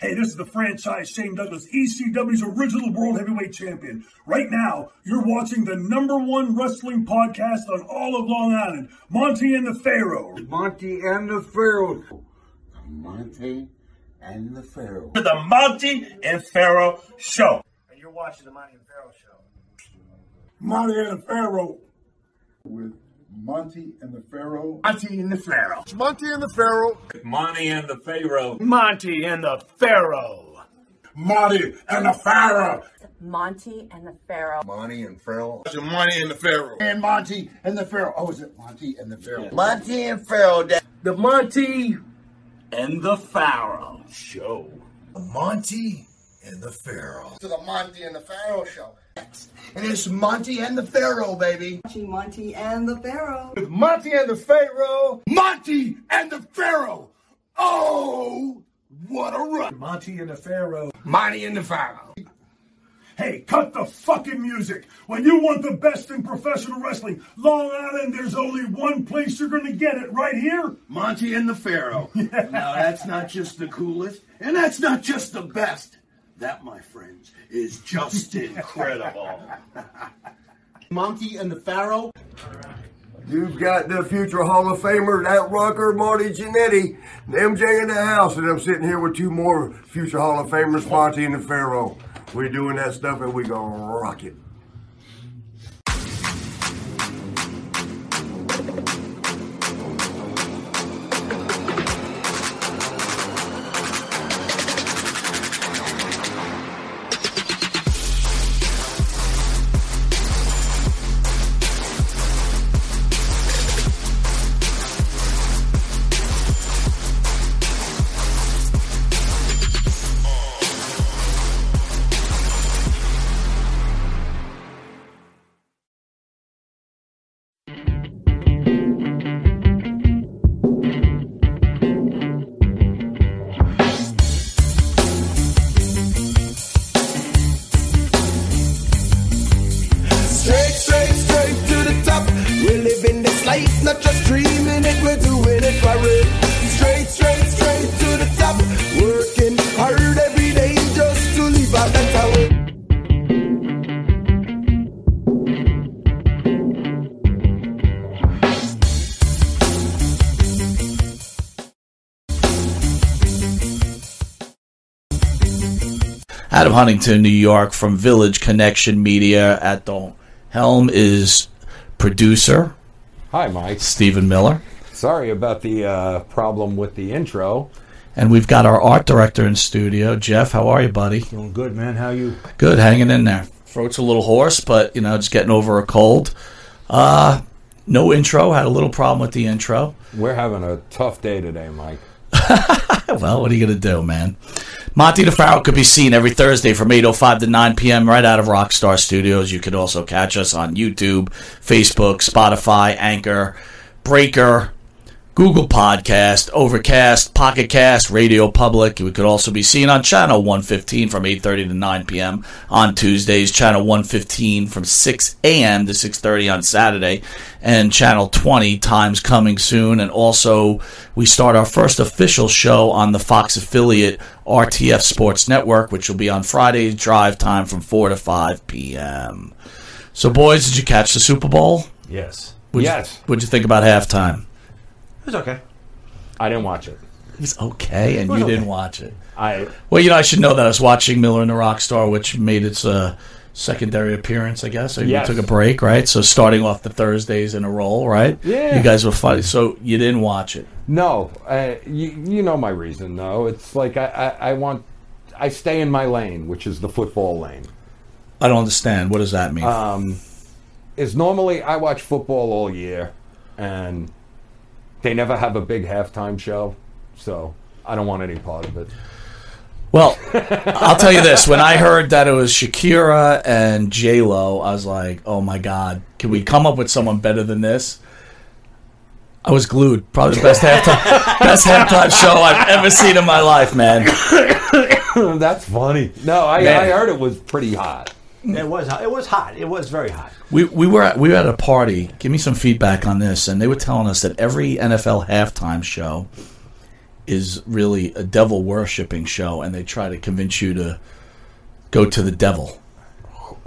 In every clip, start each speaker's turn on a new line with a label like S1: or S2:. S1: Hey, this is the franchise Shane Douglas, ECW's original world heavyweight champion. Right now, you're watching the number one wrestling podcast on all of Long Island, Monty and the Pharaoh.
S2: Monty and the Pharaoh. Monty and the Pharaoh.
S1: The Monty and Pharaoh Show.
S3: And you're watching the Monty and Pharaoh Show.
S1: Monty and the Pharaoh.
S4: With Monty and the Pharaoh.
S3: Monty and the Pharaoh.
S5: Monty and the Pharaoh.
S6: Monty and the Pharaoh.
S3: Monty and the Pharaoh.
S1: Monty and the Pharaoh.
S7: Monty and the Pharaoh.
S2: Monty and Pharaoh.
S5: Monty and the Pharaoh.
S4: And Monty and the Pharaoh. Oh, is it Monty and the Pharaoh?
S2: Monty and Pharaoh.
S3: The Monty and the Pharaoh Show.
S2: The Monty and the Pharaoh.
S4: To the Monty and the Pharaoh show.
S2: And it's Monty and the Pharaoh, baby.
S7: Monty and the Pharaoh.
S4: With Monty and the Pharaoh.
S1: Monty and the Pharaoh. Oh, what a run. Monty and the Pharaoh.
S2: Monty and the Pharaoh.
S1: Hey, cut the fucking music. When you want the best in professional wrestling, Long Island, there's only one place you're going to get it right here.
S5: Monty and the Pharaoh. now that's not just the coolest, and that's not just the best. That, my friends, is just incredible.
S3: Monty and the Pharaoh.
S2: You've got the future Hall of Famer, that rocker Marty Jannetty, and MJ in the house, and I'm sitting here with two more future Hall of Famers, Monty and the Pharaoh. We're doing that stuff, and we gonna rock it.
S8: Straight, straight, straight to the top. We're living this life, not just dreaming it, we're doing it for real. Straight, straight, straight to the top. Working hard every day just to live out that tower.
S9: out of Huntington, New York, from Village Connection Media. At the helm is producer
S10: Hi, Mike.
S9: Stephen Miller,
S10: Sorry about the uh, problem with the intro.
S9: and we've got our art director in studio, Jeff. How are you, buddy?
S10: Doing good, man. How you?
S9: Good, hanging in there. Throat's a little hoarse, but you know, just getting over a cold. Uh, no intro. Had a little problem with the intro.
S10: We're having a tough day today, Mike.
S9: Eh, Well, what are you going to do, man? Monty DeFaro could be seen every Thursday from 8.05 to 9 p.m. right out of Rockstar Studios. You could also catch us on YouTube, Facebook, Spotify, Anchor, Breaker, Google Podcast, Overcast, Pocket Cast, Radio Public. We could also be seen on Channel 115 from 8.30 to 9 p.m. on Tuesdays, Channel 115 from 6 a.m. to 6.30 on Saturday, and Channel 20, Times Coming Soon. And also, we start our first official show on the Fox affiliate RTF Sports Network, which will be on Friday's drive time from 4 to 5 p.m. So, boys, did you catch the Super Bowl?
S10: Yes.
S9: What'd you-
S10: yes.
S9: what'd you think about halftime?
S6: It was okay.
S10: I didn't watch it.
S9: It was okay, and you didn't watch it.
S10: I
S9: Well, you know, I should know that I was watching Miller and the Rockstar, which made its uh, secondary appearance, I guess. So
S10: Yes.
S9: you took a break, right? So starting off the Thursdays in a roll, right?
S10: Yeah.
S9: You guys were funny. So you didn't watch it.
S10: no. Uh, you you know my reason though. It's like I, I I want I stay in my lane, which is the football lane.
S9: I don't understand.
S10: Uh.
S9: What does that mean?
S10: Is normally I watch football all year, and They never have a big halftime show, so I don't want any part of it.
S9: Well, I'll tell you this: when I heard that it was Shakira and J Lo, I was like, "Oh my God, can we come up with someone better than this?" I was glued. Probably the best halftime, best halftime show I've ever seen in my life, man.
S10: That's funny. No, I,
S9: Man.
S10: I heard it was pretty hot.
S4: It was hot. It was hot. It was very hot.
S9: We, we were at, we were at a party. Give me some feedback on this, and they were telling us that every NFL halftime show is really a devil worshipping show, and they try to convince you to go to the devil.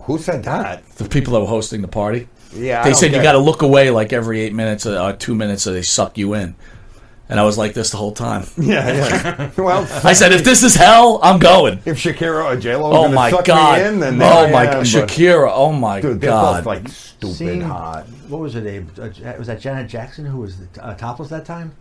S10: Who said that?
S9: The people that were hosting the party.
S10: Yeah, I
S9: they
S10: don't
S9: said you
S10: get
S9: got to
S10: it.
S9: look away like every eight minutes or or two minutes, so they suck you in. And I was like this the whole time.
S10: Yeah, yeah. well,
S9: I said, if this is hell, I'm going.
S10: If Shakira or J Lo,
S9: Oh my god!
S10: Me in, then
S9: oh
S10: there
S9: my
S10: I am,
S9: god,
S10: but-
S9: Shakira! Oh my
S10: Dude, they're
S9: god!
S10: both like stupid
S4: Seeing-
S10: hot.
S4: What was it, Abe? Uh, J- was that Janet Jackson who was the, uh, topless that time?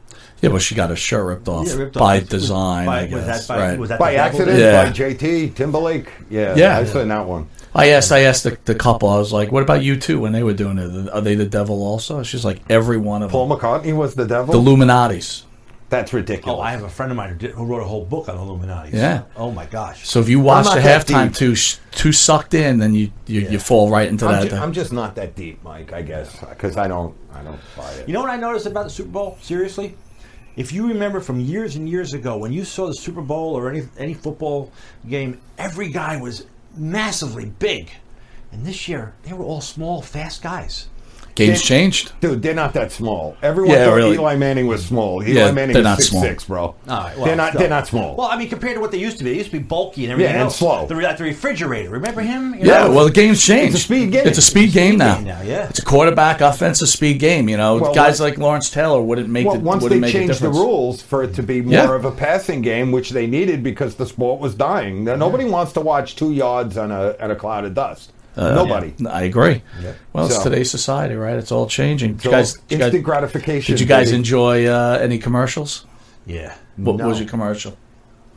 S9: Yeah, but she got her shirt ripped off,
S4: Yeah, ripped off.
S9: by
S4: Was-
S9: design.
S4: by-
S9: I
S4: was
S9: guess,
S4: that by-
S9: right?
S4: was that
S10: by
S4: the devil?
S10: accident
S9: Yeah.
S10: by JT Timberlake. Yeah,
S9: Yeah.
S10: I said that one.
S9: I asked. I asked the, the couple. I was like, "What about you two when they were doing it? Are they the devil also?" She's like, "Every one of
S10: Paul
S9: them.
S10: McCartney was the devil.
S9: The Illuminati's."
S10: That's ridiculous.
S4: Oh, I have a friend of mine who, did, who wrote a whole book on Illuminati.
S9: Yeah.
S4: Oh my gosh.
S9: So if you
S4: I'm
S9: watch
S4: not
S9: the
S4: that
S9: halftime
S4: deep.
S9: too sh- too sucked in, then you you, you fall right into
S10: I'm,
S9: that.
S10: ju- I'm just not that deep, Mike. I guess because I don't, I don't buy it.
S4: You know what I noticed about the Super Bowl? Seriously, if you remember from years and years ago when you saw the Super Bowl or any any football game, every guy was massively big, and this year they were all small, fast guys.
S9: Game's changed,
S10: dude. They're not that small. Everyone
S9: Yeah,
S10: thought
S9: really.
S10: Eli Manning was small. Eli
S9: Yeah,
S10: Manning
S9: they're
S10: is
S9: not
S10: six
S9: small.
S10: six, bro.
S4: All right,
S10: they're not.
S4: so-
S10: They're not small.
S4: Well, I mean, compared to what they used to be, they used to be bulky and everything
S10: Yeah, and
S4: else.
S10: slow.
S4: The, re- like the refrigerator. Remember him? You
S9: yeah,
S4: know?
S9: well, the game's changed.
S4: It's a speed game.
S9: It's a speed, game, now.
S4: now, yeah.
S9: It's a quarterback offensive speed game. You know,
S10: Well,
S9: guys
S10: once-
S9: like Lawrence Taylor wouldn't make
S10: Well,
S9: the,
S10: once
S9: wouldn't
S10: they
S9: make a
S10: changed the
S9: difference.
S10: rules for it to be more
S9: Yeah.
S10: of a passing game, which they needed because the sport was dying. Now, nobody wants to watch two yards on a on a cloud of dust.
S9: Uh,
S10: nobody.
S9: I agree. Well, it's
S10: So-
S9: today's society, right? It's all changing. Did
S10: So, instant gratification,
S9: Did you guys
S10: baby.
S9: enjoy uh, any commercials?
S4: Yeah.
S9: What
S4: No.
S9: was your commercial?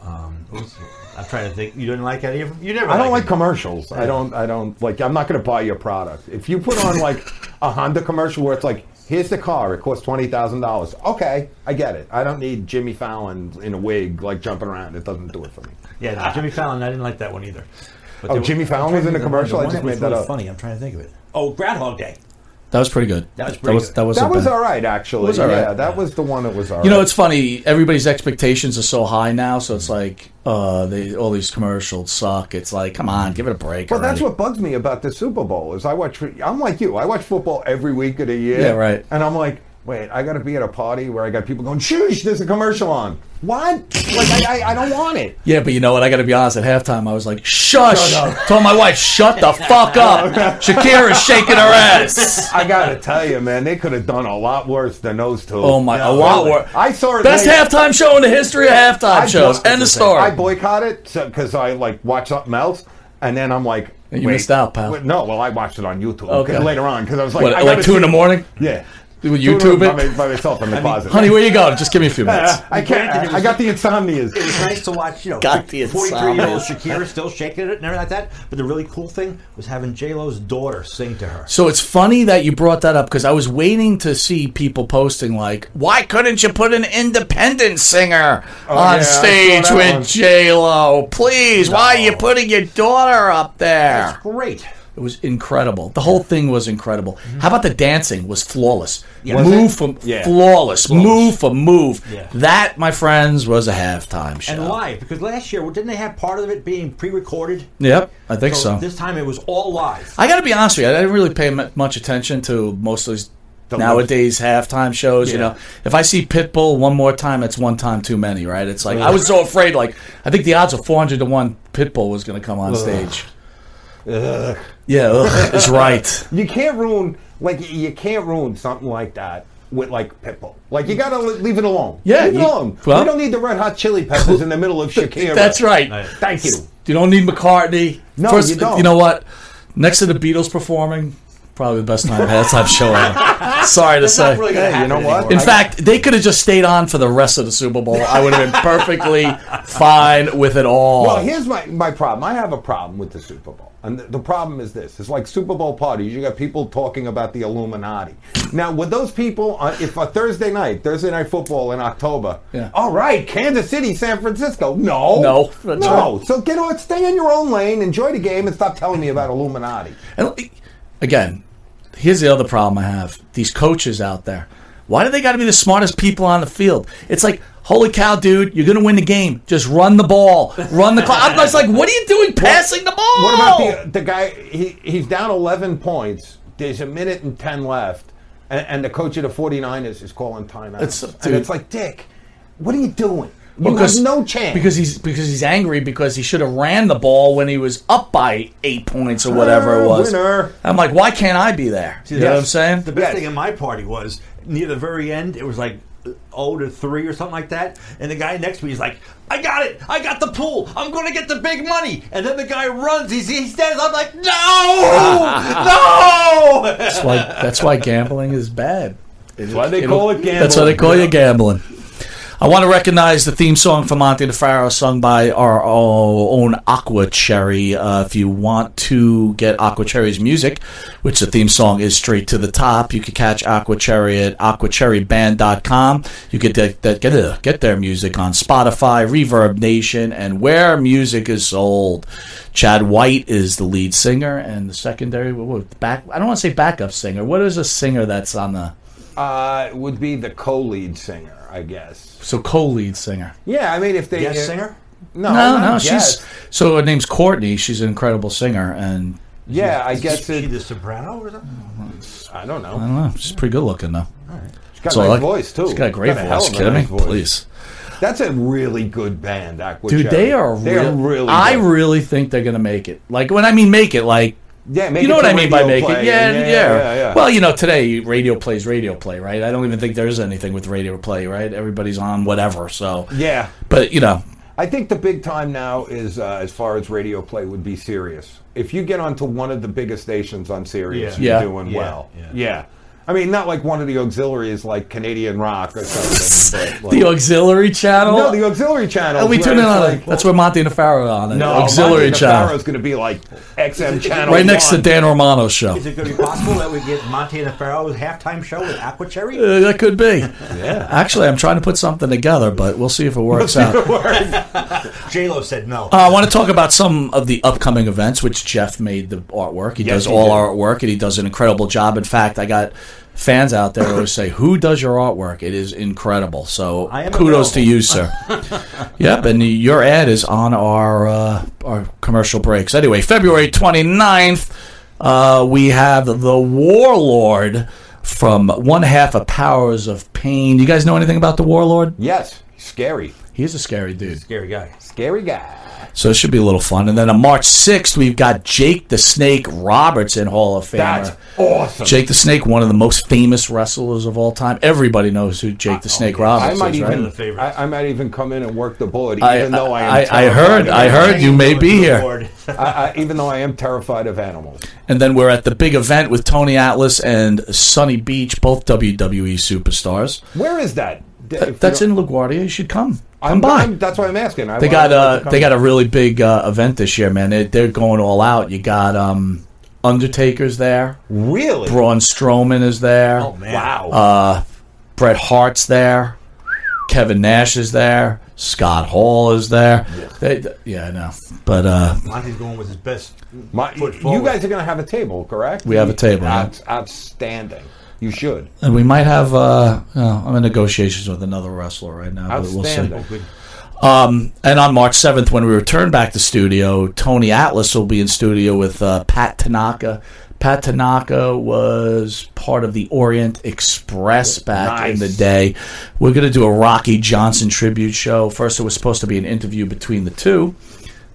S4: Um, what was it? I'm trying to think. You didn't like any of them. You never.
S10: I don't like
S4: liked
S10: commercials. I don't. I don't like. I'm not going to buy your product. If you put on like a Honda commercial where it's like, "Here's the car. It costs twenty thousand dollars." Okay, I get it. I don't need Jimmy Fallon in a wig like jumping around. It doesn't do it for me.
S4: them. Yeah, no, Jimmy Fallon. I didn't like that one either.
S10: Oh,
S4: there-
S10: Jimmy
S4: I'm
S10: Fallon
S4: trying
S10: was
S4: to
S10: in a
S4: think of the one-
S10: commercial? I
S4: the one that
S10: just
S4: was
S10: made that
S4: really
S10: up.
S4: Funny. I'm trying to think of it. Oh, Groundhog Day.
S9: That was pretty good.
S4: That was pretty
S9: that was,
S4: good.
S9: That was,
S10: That
S9: a
S10: was
S9: bad-
S10: all right, actually.
S9: It was all right.
S10: Yeah, that was the one that was all right.
S9: you know, it's funny. Everybody's expectations are so high now, so it's like uh, they, all these commercials suck. It's like, come on, give it a break.
S10: Well, that's
S9: already.
S10: what bugs me about the Super Bowl is I watch. I'm like you. I watch football every week of the year.
S9: Yeah, right.
S10: And I'm like, wait, I got to be at a party where I got people going, "Shoosh, there's a commercial on." What? Like, I, I, I don't want it.
S9: Yeah, but you know what? I got to be honest. At halftime, I was like, "Shush!" Told my wife, "Shut the fuck up." Shakira's shaking her ass.
S10: I gotta tell you, man, they could have done a lot worse than those two.
S9: Oh my, a lot worse.
S10: I saw it.
S9: Best
S10: late.
S9: halftime show in the history of halftime
S10: I
S9: shows.
S10: boycott-
S9: End of story.
S10: I boycott it because I like watch something else, and then I'm like,
S9: You
S10: wait,
S9: missed out, pal.
S10: wait, no, well, I watched it on YouTube
S9: Okay.
S10: later on because I was like,
S9: What,
S10: I
S9: like
S10: gotta
S9: two in
S10: see-
S9: the morning?
S10: Yeah,
S9: You would
S10: Two in the
S9: YouTube
S10: morning
S9: it?
S10: by, my- by myself in the closet.
S9: Honey, where you going? Just give me a few minutes.
S10: Uh, I can't. I got the insomnias.
S4: It was nice to watch, you know,
S9: Got the
S4: 43 year old
S9: insomnia.
S4: Shakira still shaking it and everything like that. But the really cool thing was having J Lo's daughter sing to her.
S9: So it's funny that you brought that up because I was waiting to see people posting like, "Why couldn't you put an independent singer on
S10: Oh, yeah, I saw
S9: stage
S10: that one.
S9: with J Lo? Please, why are you putting your daughter up there?"
S4: Great.
S9: It was incredible. The whole thing was incredible. How about the dancing was flawless.
S4: Mm-hmm. Yeah. Was
S9: move
S4: it?
S9: from
S4: Yeah.
S9: flawless, move for move.
S4: Yeah.
S9: That, my friends, was a halftime show.
S4: And live because last year, well, didn't they have part of it being pre-recorded?
S9: Yep, I think so.
S4: This time it was all live.
S9: I got to be honest with you. I didn't really pay mu- much attention to most of these nowadays halftime shows. You
S4: Yeah.
S9: know, if I see Pitbull one more time, it's one time too many, right? It's like I
S4: Ugh.
S9: was so afraid. Like I think the odds of four hundred to one Pitbull was going to come on
S10: Ugh.
S9: stage.
S10: Ugh.
S9: Yeah, ugh, it's right.
S10: You can't ruin like you can't ruin something like that with like Pitbull. Like you gotta li- leave it alone.
S9: Yeah,
S10: leave it
S9: you-
S10: alone.
S9: well-
S10: we don't need the Red Hot Chili Peppers in the middle of Shakira.
S9: That's right.
S10: Thank you.
S9: You don't need McCartney.
S10: No, you don't.
S9: You know what? Next to the Beatles performing, probably the best time halftime show ever. Sorry to
S10: That's
S9: say.
S10: not really gonna Hey, you know happen what? anymore.
S9: In
S10: I-
S9: fact, they could have just stayed on for the rest of the Super Bowl. I would have been perfectly fine with it all.
S10: Well, here's my my problem. I have a problem with the Super Bowl. And th- the problem is this: it's like Super Bowl parties. You got people talking about the Illuminati. Now, with those people, on, if a Thursday night, Thursday night football in October,
S9: Yeah.
S10: all right, Kansas City, San Francisco, no,
S9: No, that's
S10: no.
S9: right.
S10: So get on, stay in your own lane, enjoy the game, and stop telling me about Illuminati.
S9: Again, here's the other problem I have: these coaches out there. Why do they got to be the smartest people on the field? It's like, holy cow, dude, you're gonna win the game. Just run the ball, run the clock. I'm just like, what are you doing, passing the ball?
S10: What about the, the guy? He, he's down 11 points. There's a minute and 10 left. And, and the coach of the 49ers is calling timeout.
S9: It's-
S10: and
S9: dude.
S10: it's like, Dick, what are you doing? You
S9: Well,
S10: have no chance.
S9: because he's because he's angry because he should have ran the ball when he was up by eight points or whatever it
S10: Ah,
S9: was.
S4: Winner.
S9: I'm like, why can't I be there? You know what I'm saying?
S4: The best thing in my party was near the very end. It was like uh, oh to three or something like that, and the guy next to me is like, "I got it! I got the pool! I'm going to get the big money!" And then the guy runs. He's, he says, "I'm like, no,
S10: Oh!
S4: no!"
S9: That's why that's why gambling is bad. That's
S10: why they call it gambling.
S9: That's why they call you gambling. I want to recognize the theme song for Monty DeFaro, sung by our own Aqua Cherry. Uh, if you want to get Aqua Cherry's music, which the theme song is straight to the top, you can catch Aqua Cherry at aquacherryband.com. You get that, that get uh, get their music on Spotify, Reverb Nation, and where music is sold. Chad White is the lead singer, and the secondary what, what, back. I don't want to say backup singer. What is a singer that's on the
S10: Uh, would be the co lead singer, I guess.
S9: so co-lead singer?
S10: Yeah, I mean, if they.
S4: Yes,
S10: if-
S4: singer?
S10: No,
S9: no,
S10: not
S9: no.
S10: guess.
S9: She's so her name's Courtney. She's an incredible singer, and
S10: Yeah, I
S4: Is
S10: guess
S4: she the soprano or something.
S10: I don't
S9: I don't know. She's pretty good looking though.
S10: She's got
S9: So
S10: a
S9: I
S10: nice
S9: like-
S10: voice, too.
S9: She's got a great
S10: a hell
S9: voice.
S10: of a
S9: Kidding me?
S10: nice voice.
S9: Please,
S10: That's a really good band, Aqua
S9: dude.
S10: Cherry.
S9: They are.
S10: They're
S9: real-
S10: really good.
S9: I really think they're gonna make it. Like when I mean make it, like
S10: Yeah, make
S9: you know
S10: it
S9: what
S10: to
S9: I mean by
S10: radio
S9: make it.
S10: play
S9: Yeah,
S10: and-
S9: yeah,
S10: yeah, yeah, yeah.
S9: Well, you know, today radio plays radio play, right? I don't even think there's anything with radio play, right? Everybody's on whatever. So
S10: Yeah.
S9: but you know,
S10: I think the big time now is, uh, as far as radio play, would be Sirius. If you get onto one of the biggest stations on Sirius,
S9: Yeah. Yeah.
S10: you're doing
S9: Yeah,
S10: well. Yeah. I mean, not like one of the auxiliaries like Canadian Rock or something. but,
S9: the
S10: like-
S9: auxiliary channel.
S10: No, the auxiliary channel.
S9: Oh, we tune in on it. That's where Monty and Farrow on it.
S10: no,
S9: auxiliary channel.
S10: is going to be like XM channel.
S9: right next to
S10: one.
S9: Dan Romano's show.
S4: Is it going to be possible that we get Monte and the Pharaoh's halftime show with Aqua Cherry?
S9: Uh, that could be.
S4: Yeah.
S9: Actually, I'm trying to put something together, but we'll see if it works out.
S4: J Lo said no.
S9: Uh, I want to talk about some of the upcoming events, which Jeff made the artwork. He
S4: Yes,
S9: does
S4: he
S9: all
S4: did.
S9: our artwork, and he does an incredible job. In fact, I got fans out there who always say, "Who does your artwork?" It is incredible. So
S4: I am
S9: kudos to
S4: available.
S9: you, sir. yep, and your ad is on our uh, our commercial breaks. Anyway, February 29th, uh, we have the Warlord from One Half of Powers of Pain. You guys know anything about the Warlord?
S10: Yes, scary.
S9: He's a scary dude.
S4: Scary guy.
S10: Scary guy.
S9: So it should be a little fun. And then on March 6th, we've got Jake the Snake Robertson Hall of Famer.
S10: That's awesome.
S9: Jake the Snake, one of the most famous wrestlers of all time. Everybody knows who Jake the Snake
S10: Oh, I
S9: Robertson
S10: might
S9: is, right?
S10: even. I, I might even come in and work the board,
S9: I-
S10: even though I. am
S9: I- I heard-
S10: terrified of
S9: I heard
S10: animals.
S9: you may be here.
S10: I, I, even though I am terrified of animals.
S9: And then we're at the big event with Tony Atlas and Sonny Beach, both WWE superstars.
S10: Where is that? If
S9: That's
S10: you
S9: in LaGuardia. You should come. Come
S10: I'm,
S9: by.
S10: I'm- that's why I'm asking. I
S9: they
S10: want
S9: got
S10: everyone to
S9: uh,
S10: come.
S9: they got a really big uh, event this year, man. They, they're going all out. You got um, Undertaker's there.
S10: Really?
S9: Braun Strowman is there.
S4: Oh, man. Wow.
S9: Uh, Bret Hart's there. Kevin Nash is there. Scott Hall is there. They, th- yeah, I know. But uh,
S4: Monty's going with his best
S10: My,
S4: foot
S10: you
S4: forward.
S10: guys are going to have a table, correct?
S9: We have a table, yeah.
S10: Out, outstanding. You should.
S9: and we might have. Uh, oh, I'm in negotiations with another wrestler right now. But we'll see.
S4: Oh,
S10: Outstanding.
S9: Um, and on March 7th, when we return back to studio, Tony Atlas will be in studio with uh, Pat Tanaka. Pat Tanaka was part of the Orient Express back in the
S10: Nice.
S9: day. We're going to do a Rocky Johnson tribute show. First, it was supposed to be an interview between the two,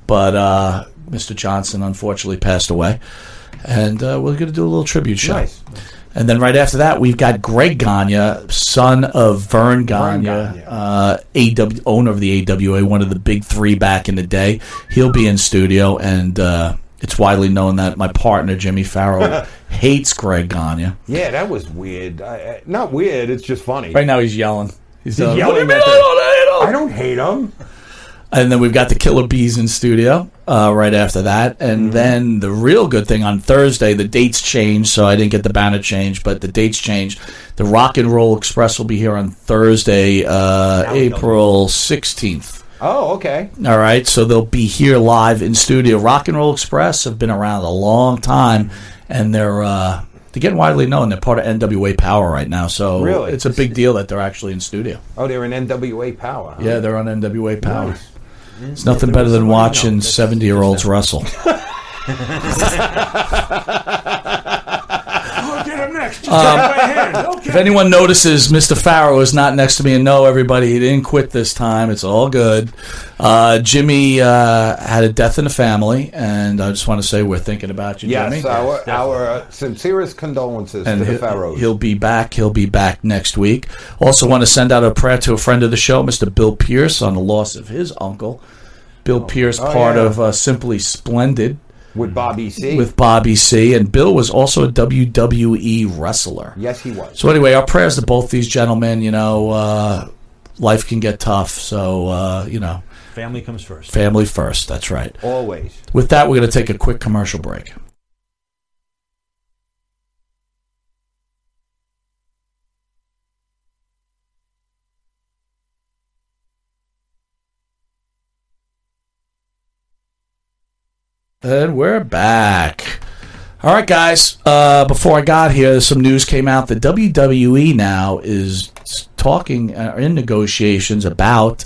S9: but uh, Mr. Johnson unfortunately passed away. And uh, we're going to do a little tribute show.
S10: Nice.
S9: And then right after that, we've got Greg Gagne, son of Vern Gagne,
S10: Gagne.
S9: Uh, AW, owner of the AWA, one of the big three back in the day. He'll be in studio, and uh, it's widely known that my partner, Jimmy Farrow, hates Greg Gagne.
S10: Yeah, that was weird. I, I- not weird. It's just funny.
S9: Right now, he's yelling. He's, uh,
S10: Yelling
S9: "What do you mean
S10: at
S9: I
S10: the-
S9: don't hate him?"
S10: I don't hate him.
S9: And then we've got the Killer Bees in studio uh, right after that. And then the real good thing on Thursday, the dates changed, so I didn't get the banner change, but the dates changed. The Rock and Roll Express will be here on Thursday, uh, April 16th.
S10: Oh, okay.
S9: All right, so they'll be here live in studio. Rock and Roll Express have been around a long time, and they're uh, they're getting widely known. They're part of NWA Power right now, so
S10: Really?
S9: it's a big deal that they're actually in studio.
S10: Oh, they're in NWA Power.
S9: Yeah, they're on NWA Power. It's nothing better than watching seventy year olds wrestle.
S11: I'll get him next. Just
S9: Um,
S11: take my hand. Okay.
S9: If anyone notices, Mr. Farrow is not next to me, and no, everybody, he didn't quit this time. It's all good. Uh, Jimmy uh, had a death in the family, and I just want to say we're thinking about you,
S10: Yes,
S9: Jimmy.
S10: our, our uh, sincerest condolences to the
S9: he'll-
S10: Pharaohs.
S9: He'll be back. He'll be back next week. Also, want to send out a prayer to a friend of the show, Mr. Bill Pierce, on the loss of his uncle. Bill Pierce,
S10: Oh,
S9: part
S10: yeah.
S9: of uh, Simply Splendid.
S10: With Bobby C.
S9: With Bobby C. And Bill was also a WWE wrestler.
S10: Yes, he was.
S9: So, anyway, our prayers to both these gentlemen. You know, uh, life can get tough. So, uh, you know,
S4: Family comes first.
S9: family first. That's right.
S10: Always.
S9: With that, we're going to take a quick commercial break. And we're back. All right, guys. Uh, before I got here, some news came out that WWE now is talking uh, in negotiations about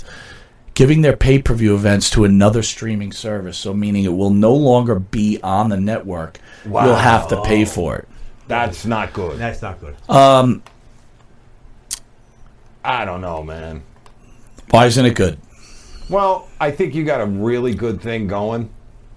S9: giving their pay per view events to another streaming service. So, meaning it will no longer be on the network. You'll have to pay for it.
S10: That's not good.
S4: That's not good.
S9: Um,
S10: I don't know, man.
S9: why isn't it good?
S10: Well, I think you got a really good thing going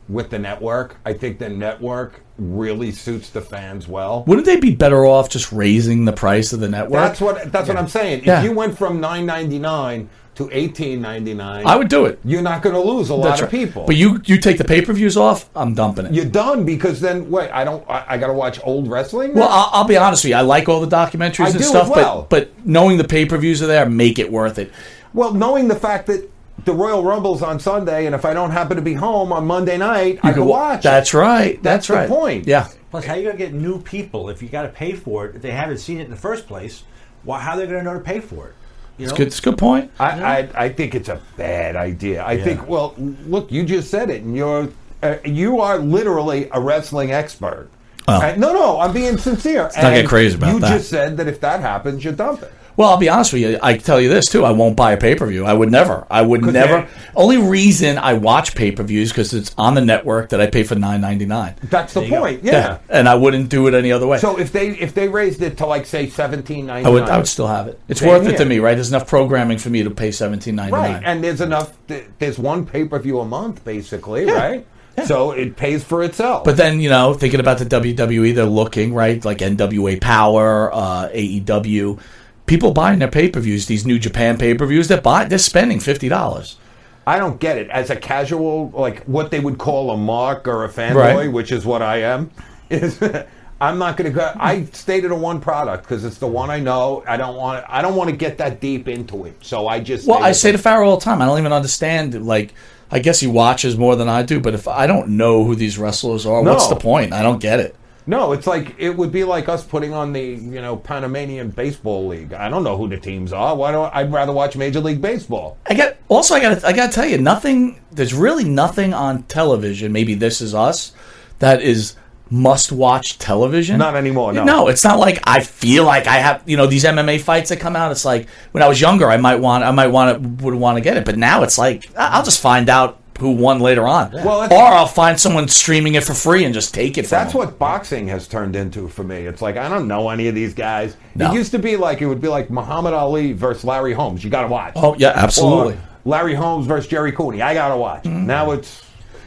S10: with the network. I think the network really suits the fans well.
S9: Wouldn't they be better off just raising the price of the network?
S10: That's what that's what I'm saying.
S9: Yeah.
S10: If you went from 9.99 to 18.99,
S9: I would do it.
S10: You're not going to lose a lot
S9: That's
S10: of
S9: right.
S10: people.
S9: But you you take the pay per views off, I'm dumping it.
S10: you're done because then wait, I don't. I, I got to watch old wrestling.
S9: Well, I'll, I'll be honest with you. I like all the documentaries
S10: I
S9: and
S10: do
S9: stuff,
S10: as well.
S9: but but knowing the pay per views are there, make it worth it.
S10: Well, knowing the fact that the Royal Rumble's on Sunday, and if I don't happen to be home on Monday night, I can
S9: wa-
S10: watch.
S9: That's right. That's,
S10: That's the
S9: right.
S10: point.
S9: Yeah.
S4: Plus, how you gonna get new people if you got to pay for it if they haven't seen it in the first place? Why, how they gonna know to pay for it? You
S9: It's
S4: know?
S9: good. It's a good point.
S10: I, I, I think it's a bad idea. I
S4: Yeah.
S10: think. Well, look, you just said it, and you're uh, you are literally a wrestling expert.
S9: Oh.
S10: And- no, no, I'm being sincere. Let's
S9: not get crazy about
S10: you
S9: that.
S10: You just said that if that happens, you dump it.
S9: Well, I'll be honest with you. I can tell you this too. I won't buy a pay per view. I would never. I would
S10: Could
S9: never.
S10: they-
S9: Only reason I watch pay per views because it's on the network that I pay for nine ninety nine.
S10: That's the
S9: There you go.
S10: point. Yeah.
S9: And I wouldn't do it any other way.
S10: So if they if they raised it to like say seventeen ninety,
S9: I would. I would still have it. It's
S10: Same
S9: worth it
S10: here.
S9: to me, right? There's enough programming for me to pay seventeen ninety
S10: Right,
S9: nine.
S10: and there's enough. th- There's one pay per view a month, basically, right? So it pays for itself.
S9: But then you know, thinking about the WWE, they're looking right, like NWA Power, uh, AEW. People buying their pay per views, these New Japan pay per views, they're buy, they're spending fifty dollars.
S10: I don't get it. As a casual, like what they would call a mark or a fanboy,
S9: Right.
S10: which is what I am, is I'm not going to go. I stayed at a one product because it's the one I know. I don't want. I don't want to get that deep into it. So I just.
S9: Well,
S10: stay
S9: I
S10: with
S9: say
S10: it.
S9: to Farrow all the time, I don't even understand. Like, I guess he watches more than I do, but if I don't know who these wrestlers are, what's
S10: No.
S9: the point? I don't get it.
S10: No, it's like it would be like us putting on the you know Panamanian baseball league. I don't know who the teams are. Why do I, I'd rather watch Major League Baseball?
S9: I got also I got I got to tell you nothing. There's really nothing on television. Maybe This Is Us that is must watch television.
S10: Not anymore, no.
S9: it's not like I feel like I have you know these MMA fights that come out. It's like when I was younger, I might want I might want to would want to get it, but now it's like I- I'll just find out who won later on,
S10: Well, that's-
S9: or I'll find someone streaming it for free and just take it. From
S10: That's
S9: them.
S10: what boxing has turned into for me. It's like I don't know any of these guys.
S9: No.
S10: It used to be like it would be like Muhammad Ali versus Larry Holmes. You got to watch.
S9: Oh, yeah, absolutely. Mm-hmm.
S10: Or Larry Holmes versus Jerry Cooney. I got to watch. Now it's.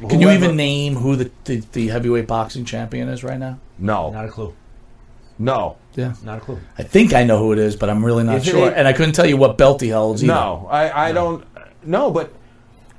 S9: Can you
S10: whoever-
S9: even name who the, the, the heavyweight boxing champion is right now?
S10: No.
S4: Not a clue.
S10: No.
S9: Yeah.
S4: Not a clue.
S9: I think I know who it is, but I'm really not
S10: Is it
S9: sure.
S10: a-
S9: and I couldn't tell you what belt he holds either.
S10: No, I, I don't. No, but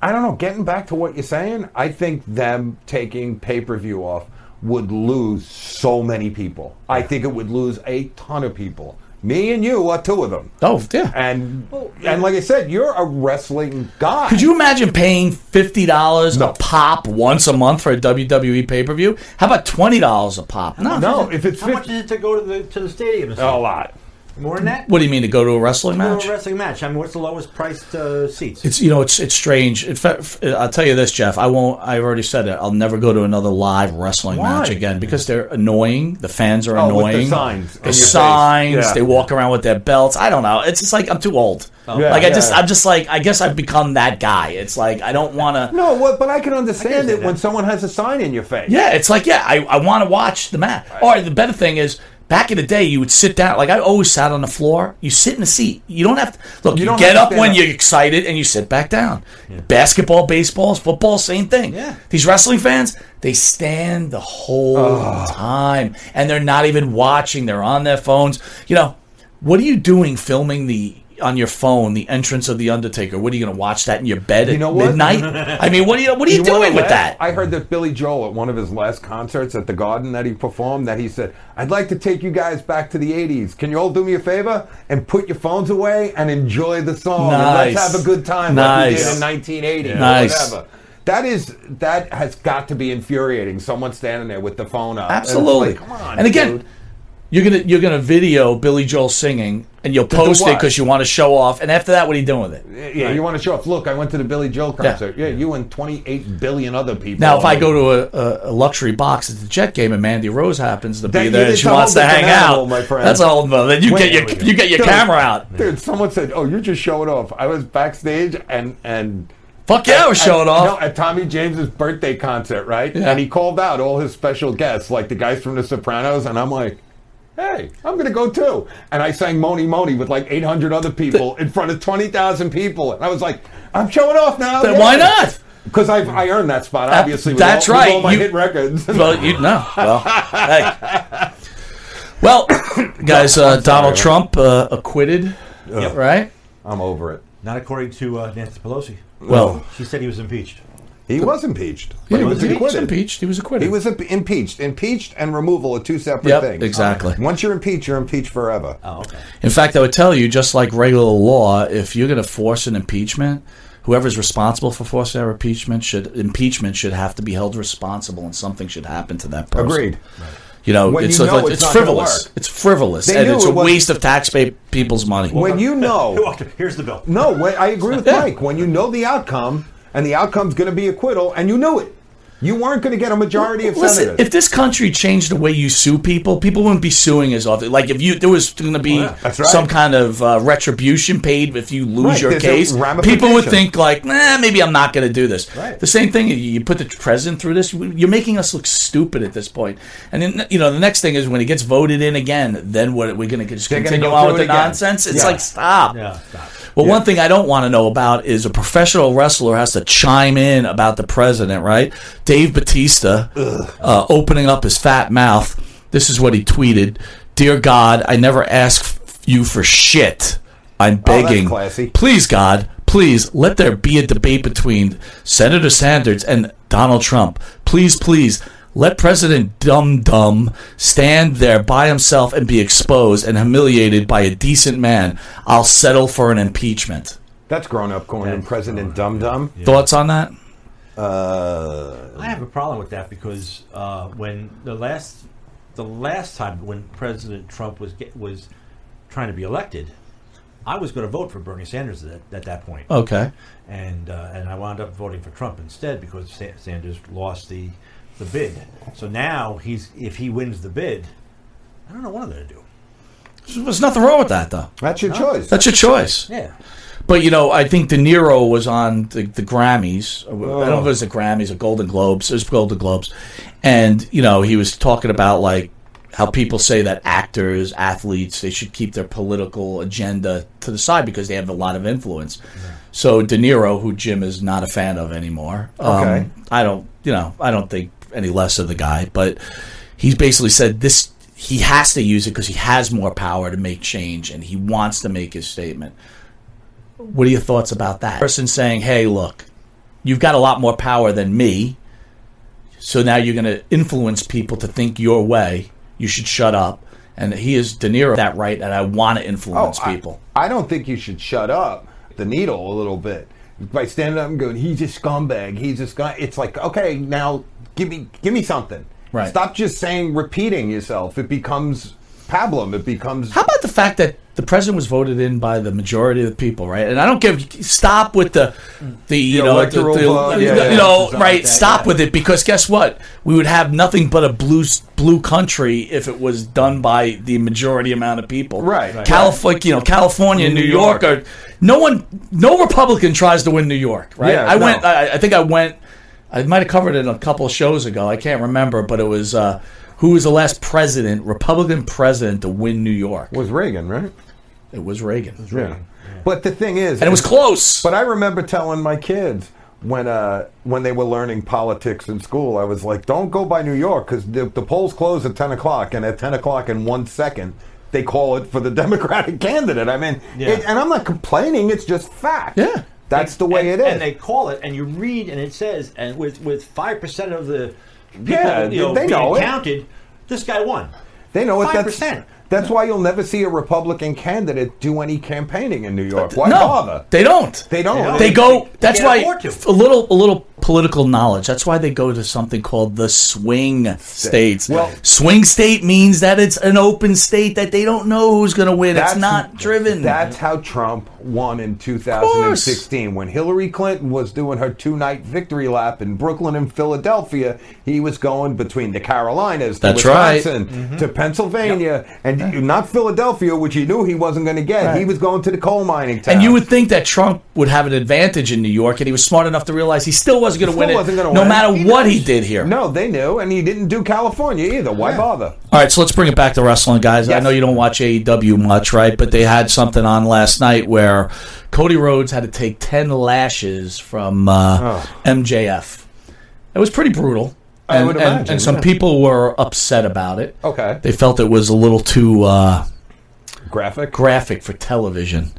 S10: I don't know. Getting back to what you're saying, I think them taking pay per view off would lose so many people. I think it would lose a ton of people. Me and you are two of them.
S9: Oh yeah.
S10: And and like I said, you're a wrestling guy.
S9: Could you imagine paying fifty dollars a pop once a month for a WWE pay per view? How about twenty dollars a pop? No,
S10: no. If it's
S4: how much is it to go to the to the stadium? and
S10: a
S4: stuff?
S10: lot.
S4: More than that.
S9: What do you mean to go to a wrestling
S4: Go to
S9: match?
S4: a wrestling match. I mean, what's the lowest priced uh, seats?
S9: It's you know it's it's strange. In fact, uh, I'll tell you this, Jeff. I won't. I've already said it. I'll never go to another live wrestling
S4: Why?
S9: match again because they're annoying. The fans are
S10: Oh, with the
S9: annoying.
S10: signs
S9: The
S10: in your face.
S9: signs,
S10: Yeah.
S9: They walk around with their belts. I don't know. It's just like I'm too old.
S10: Oh. Yeah,
S9: like I just
S10: yeah.
S9: I'm just like I guess I've become that guy. It's like I don't want to.
S10: No, what, but I can understand it when someone has a sign in your face.
S9: Yeah, it's like yeah, I, I want to watch the match. Or the better thing is back in the day you would sit down. Like I always sat on the floor. You sit in the seat. You don't have to look.
S10: You
S9: You,
S10: don't
S9: get
S10: have
S9: up
S10: to
S9: when
S10: stand up.
S9: you're excited and you sit back down. Basketball, baseball, football, same thing. Yeah. These wrestling fans they stand the whole time and they're not even watching. They're on their phones. You know what are you doing filming the on your phone the entrance of the Undertaker? What are you going to watch that in your bed at
S10: You know what?
S9: midnight? I mean, what are you what are you,
S10: wanna
S9: doing with
S10: laugh?
S9: that?
S10: I heard that Billy Joel at one of his last concerts at the Garden that he performed that he said, "I'd like to take you guys back to the '80s. Can you all do me a favor and put your phones away and enjoy the song? And
S9: Nice.
S10: let's have a good time
S9: Nice.
S10: like we did in 1980 or
S9: Nice.
S10: whatever." That is that has got to be infuriating. Someone standing there with the phone up. And it's
S9: Absolutely.
S10: like, Come on.
S9: and again,
S10: dude.
S9: you're gonna you're gonna video Billy Joel singing, and you'll
S10: To
S9: post
S10: do
S9: it
S10: what?
S9: because you want to show off. And after that, what are you doing with it?
S10: Yeah, you want to show off. Look, I went to the Billy Joel concert. Yeah, you and 28 billion other people.
S9: Now, if I go to a, a, a luxury box at the Jet game and Mandy Rose happens to
S10: That-
S9: be
S10: you-
S9: there and
S10: it's
S9: she
S10: a
S9: wants
S10: whole
S9: to
S10: different
S9: hang
S10: animal,
S9: out,
S10: my friend.
S9: that's a whole other. Then you get
S10: Wait,
S9: your you get your
S10: Dude,
S9: camera out.
S10: dude. Someone said, "Oh, you just showed off." I was backstage and and
S9: fuck yeah, I was showing off.
S10: No, at Tommy James's birthday concert, right?
S9: Yeah.
S10: And he called out all his special guests, like the guys from The Sopranos, and I'm like. Hey, I'm gonna go too, and I sang "Moni Moni" with like 800 other people in front of 20,000 people, and I was like, "I'm showing off now."
S9: Then why not?
S10: Because I I earned that spot,
S9: That-
S10: obviously. with
S9: that's
S10: all, with
S9: right.
S10: all my
S9: You-
S10: hit records.
S9: Well, you no. Well, hey. well, guys, uh, Donald Trump uh, acquitted,
S4: Yep.
S9: right?
S10: I'm over it.
S4: Not according to uh, Nancy Pelosi.
S9: Well-
S4: she said he was impeached.
S10: He was impeached.
S4: Yeah,
S10: But he
S4: he
S10: was
S4: was impeached,
S10: acquitted.
S9: impeached. He was acquitted.
S10: He was imp- impeached. Impeached and removal are two separate
S9: Yep,
S10: things.
S9: exactly.
S10: Once you're impeached, you're impeached forever. Oh, okay.
S9: In fact, I would tell you, just like regular law, if you're going to force an impeachment, whoever's responsible for forcing their impeachment should impeachment should have to be held responsible, and something should happen to that person.
S10: Agreed.
S9: You know,
S10: When
S9: it's
S10: you
S9: like-
S10: know
S9: it's,
S10: it's not gonna
S9: frivolous.
S10: work.
S9: It's frivolous,
S10: They
S9: and
S10: knew
S9: it's
S10: it
S9: a
S10: wasn't-
S9: waste of taxpayer people's money.
S10: When you know,
S4: Here's the bill.
S10: no, when, I agree with Mike. When you know the outcome, and the outcome's going to be acquittal, and you knew it, you weren't going to get a majority of
S9: Listen,
S10: senators.
S9: if this country changed the way you sue people, people wouldn't be suing as often. Like if you there was going to be
S10: Oh, yeah. That's right.
S9: some kind of uh, retribution paid if you lose
S10: Right,
S9: your
S10: there's a
S9: case,
S10: ramification.
S9: people would think like, nah, maybe I'm not going to do this.
S10: Right.
S9: The same thing. You you put the president through this. You're making us look stupid at this point. And then you know the next thing is when it gets voted in again, then what? We're going to just
S10: They're gonna
S9: continue
S10: go
S9: on
S10: through
S9: with
S10: it
S9: the
S10: again.
S9: nonsense. It's
S10: Yeah.
S9: like stop.
S4: Yeah.
S9: Well, one thing I don't want to know about is a professional wrestler has to chime in about the president, right? Dave Batista uh, opening up his fat mouth. This is what he tweeted Dear God, I never ask f- you for shit. I'm
S10: Oh, that's
S9: begging.
S10: classy.
S9: Please, God, please let there be a debate between Senator Sanders and Donald Trump. Please, please let President Dum Dum stand there by himself and be exposed and humiliated by a decent man. I'll settle for an impeachment.
S10: That's grown up calling him President Dum Dum.
S9: Thoughts on that?
S10: Uh,
S4: I have a problem with that because uh, when the last the last time when President Trump was get, was trying to be elected, I was going to vote for Bernie Sanders at, at that point.
S9: Okay.
S4: and uh, and I wound up voting for Trump instead because Sa- Sanders lost the the bid. So now he's if he wins the bid, I don't know what I'm going to do.
S9: There's nothing wrong with that, though.
S10: That's your
S4: No.
S10: choice.
S9: That's your choice.
S4: Yeah.
S9: But you know, I think De Niro was on the, the Grammys. I don't know if it was the Grammys or Golden Globes. It was Golden Globes, and you know, he was talking about like how people say that actors, athletes, they should keep their political agenda to the side because they have a lot of influence. So De Niro, who Jim is not a fan of anymore, um,
S10: Okay.
S9: I don't, you know, I don't think any less of the guy, but he's basically said this. He has to use it because he has more power to make change, and he wants to make his statement. What are your thoughts about that? Person saying, "Hey, look, you've got a lot more power than me, so now you're going to influence people to think your way. You should shut up." and he is De Niro that right, and I want to influence
S10: I-
S9: people.
S10: I don't think you should shut up the needle a little bit by standing up and going, "He's a scumbag. He's a scum." It's like, okay, now give me give me something.
S9: Right.
S10: Stop just saying repeating yourself. It becomes pablum. It becomes
S9: How about the fact that the president was voted in by the majority of the people, right? And I don't give stop with the the you
S10: The
S9: know the,
S10: electoral
S9: the-
S10: vote, yeah, yeah.
S9: you know
S10: Something like
S9: right
S10: that,
S9: stop
S10: yeah.
S9: with it because guess what? We would have nothing but a blue blue country if it was done by the majority amount of people.
S10: Right. Right.
S9: Calif- like, you know California, and
S10: New
S9: New York, are no one no Republican tries to win New York, right?
S10: Yeah,
S9: I
S10: no.
S9: went I, I think I went I might have covered it a couple of shows ago. I can't remember, but it was uh, who was the last president, Republican president, to win New York?
S10: Was Reagan, right?
S9: It was Reagan.
S10: Yeah. But the thing is,
S9: And it was close.
S10: But I remember telling my kids when uh, when they were learning politics in school, I was like, "Don't go by New York because the, the polls close at ten o'clock, and at ten o'clock in one second, they call it for the Democratic candidate." I mean,
S4: Yeah.
S10: it, and I'm not complaining; it's just fact. Yeah, that's the way
S4: and,
S10: it is.
S4: And they call it, and you read, and it says, and with with five percent of the people,
S10: Yeah,
S4: you know,
S10: they
S4: being
S10: know it.
S4: counted, this guy won.
S10: They know it. That's
S4: 5%.
S10: that's why you'll never see a Republican candidate do any campaigning in New York. Why
S9: no,
S10: bother?
S9: They don't.
S10: They don't.
S9: They go. That's
S10: can't
S9: why
S10: afford to.
S9: a little a little political knowledge. That's why they go to something called the swing states.
S10: Well-
S9: swing state means that it's an open state that they don't know who's going to win. it's not driven.
S10: That's how Trump won in 2016. When Hillary Clinton was doing her two night victory lap in Brooklyn and Philadelphia, he was going between the Carolinas to
S9: That's right. Mm-hmm.
S10: Wisconsin to Pennsylvania and not Philadelphia, which he knew he wasn't going to get. He was going to the coal mining town.
S9: And you would think that Trump would have an advantage in New York, and he was smart enough to realize he still wasn't going to
S10: Still
S9: win it,
S10: wasn't gonna
S9: no
S10: win.
S9: matter what he did here.
S10: no, they knew, and he didn't do California either. Why bother?
S9: All right, so let's bring it back to wrestling, guys. I know you don't watch AEW much, right? But they had something on last night where Cody Rhodes had to take 10 lashes from uh, MJF. It was pretty brutal.
S10: Oh. I
S9: And,
S10: would
S9: and-
S10: imagine,
S9: and some
S10: yeah.
S9: people were upset about it.
S10: Okay.
S9: They felt it was a little too uh,
S10: graphic
S9: graphic for television.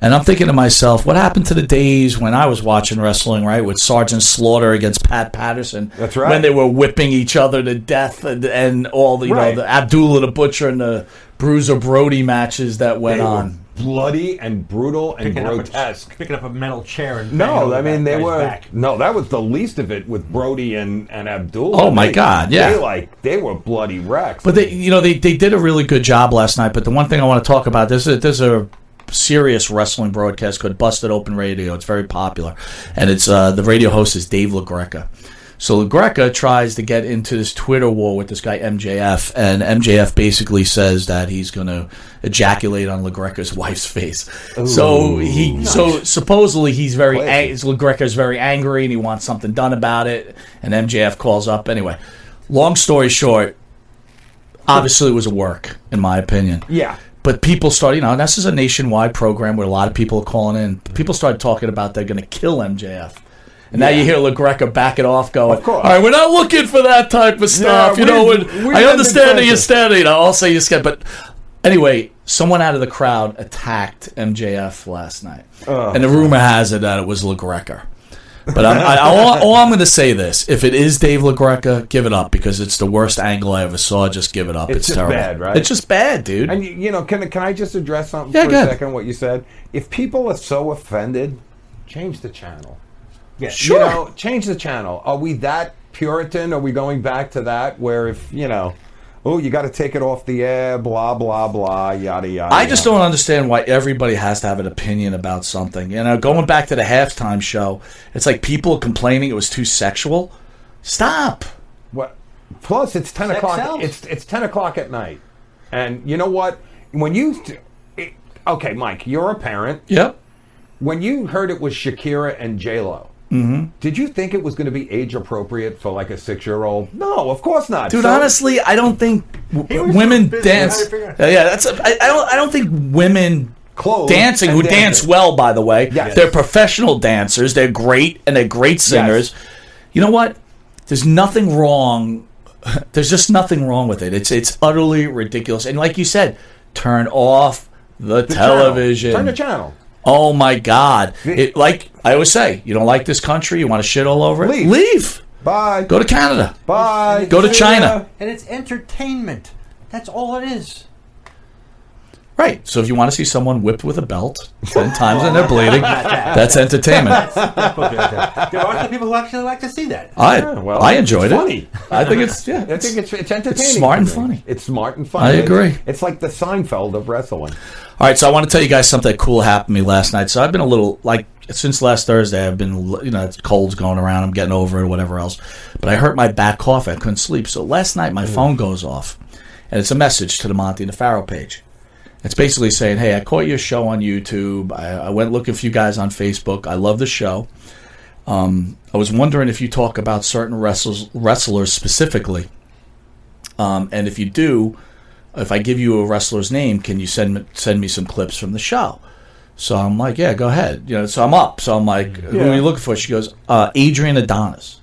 S9: And I'm thinking to myself, what happened to the days when I was watching wrestling, right, with Sergeant Slaughter against Pat Patterson? That's
S10: right.
S9: When they were whipping each other to death and, and all the, you
S10: Right.
S9: know, the Abdullah the Butcher and the Bruiser Brody matches that went
S10: They were
S9: on.
S10: bloody and brutal and
S4: Picking up, a,
S10: grotesque.
S4: picking up a metal chair and banging
S10: No,
S4: over
S10: I mean
S4: that
S10: they
S4: guy's
S10: were
S4: back.
S10: no. That was the least of it with Brody and and Abdul.
S9: Oh, my God, yeah.
S10: they like they were bloody wrecks.
S9: But they, you know, they, they did a really good job last night. But the one thing I want to talk about this is there's a serious wrestling broadcast called Busted Open Radio. It's very popular, and it's uh, the radio host is Dave LaGreca. So LaGreca tries to get into this Twitter war with this guy MJF, and MJF basically says that he's going to ejaculate on LaGreca's wife's face. so
S10: Ooh.
S9: he, so supposedly he's very, ang- LaGreca's very angry, and he wants something done about it. And MJF calls up anyway. Long story short, obviously it was a work in my opinion
S10: yeah,
S9: but people started you know and this is a nationwide program where a lot of people are calling in people started talking about they're going to kill mjf and now
S10: Yeah.
S9: you hear LaGreca back it off, going,
S10: Of course.
S9: "All right, we're not looking for that type of stuff." you
S10: we-
S9: know,
S10: we
S9: and I
S10: didn't
S9: understand that
S10: expect
S9: you're
S10: it.
S9: standing. You know, I'll say you're scared, but anyway, someone out of the crowd attacked MJF last night,
S10: Oh.
S9: and the rumor has it that it was LaGreca. But I'm, I, all, all I'm going to say this: if it is Dave LaGreca, give it up because it's the worst angle I ever saw. Just give it up. It's,
S10: it's, just
S9: terrible.
S10: bad, right?
S9: It's just bad, dude.
S10: And you, you know, can can I just address something
S9: Yeah,
S10: for
S9: go
S10: a
S9: ahead.
S10: second? What you said. If people are so offended, change the channel.
S4: Yeah,
S10: You know, change the channel. Are we that Puritan? Are we going back to that where if you know, oh, you got to take it off the air, blah blah blah, yada yada.
S9: I just don't understand why everybody has to have an opinion about something. You know, going back to the halftime show, it's like people complaining it was too sexual. Stop.
S10: What? Plus, it's ten
S4: Sex
S10: o'clock.
S4: sells.
S10: It's it's ten o'clock at night, and you know what? When you, it, okay, Mike, you're a parent.
S9: Yep.
S10: When you heard it was Shakira and J Lo,
S9: Mm-hmm.
S10: did you think it was going to be age appropriate for like a six year old? No, of course not,
S9: Dude,
S10: So-
S9: honestly, I don't think w- women
S10: busy
S9: dance.
S10: trying to figure
S9: Yeah, yeah, that's. A, I, I don't. I don't think women
S10: Clothed
S9: dancing
S10: Oh,
S9: who
S10: and
S9: dance
S10: dancing.
S9: well. By the way,
S10: Yes.
S9: they're professional dancers. They're great and they're great singers. You know what? There's nothing wrong. There's just nothing wrong with it. It's it's utterly ridiculous. And like you said, turn off the,
S10: The channel.
S9: television.
S10: Turn the channel.
S9: Oh my God! It like I always say, you don't like this country, you want to shit all over it.
S10: Leave.
S9: Leave.
S10: Bye.
S9: Go to Canada.
S10: Bye.
S9: Go to
S10: See
S9: China.
S10: ya.
S4: and it's entertainment. That's all it is.
S9: Right. So if you want to see someone whipped with a belt ten times and they're bleeding, that's entertainment.
S1: there are some people who actually like to see that.
S9: I
S10: Yeah, well,
S9: I enjoyed
S10: it's
S9: it.
S10: funny.
S9: I think it's yeah.
S10: I think it's it's entertaining.
S9: smart and
S10: to me.
S9: funny.
S10: It's smart and funny.
S9: I
S10: It's-
S9: agree.
S10: It's like the Seinfeld of wrestling.
S9: All right, so I want to tell you guys something cool happened to me last night. So I've been a little like since last Thursday. I've been you know it's colds going around. I'm getting over it, whatever else. But I hurt my back cough. I couldn't sleep. So last night
S10: Mm.
S9: my phone goes off, and it's a message to the Monty and the Pharaoh page. It's basically saying, "Hey, I caught your show on YouTube. I, I went looking for you guys on Facebook. I love the show. Um, I was wondering if you talk about certain wrestlers, wrestlers specifically, um, and if you do, if I give you a wrestler's name, can you send me, send me some clips from the show?" So I'm like, "Yeah, go ahead." You know, so I'm up. So I'm like, "Who
S6: Yeah.
S9: are you looking for?" She goes, uh, "Adrian Adonis."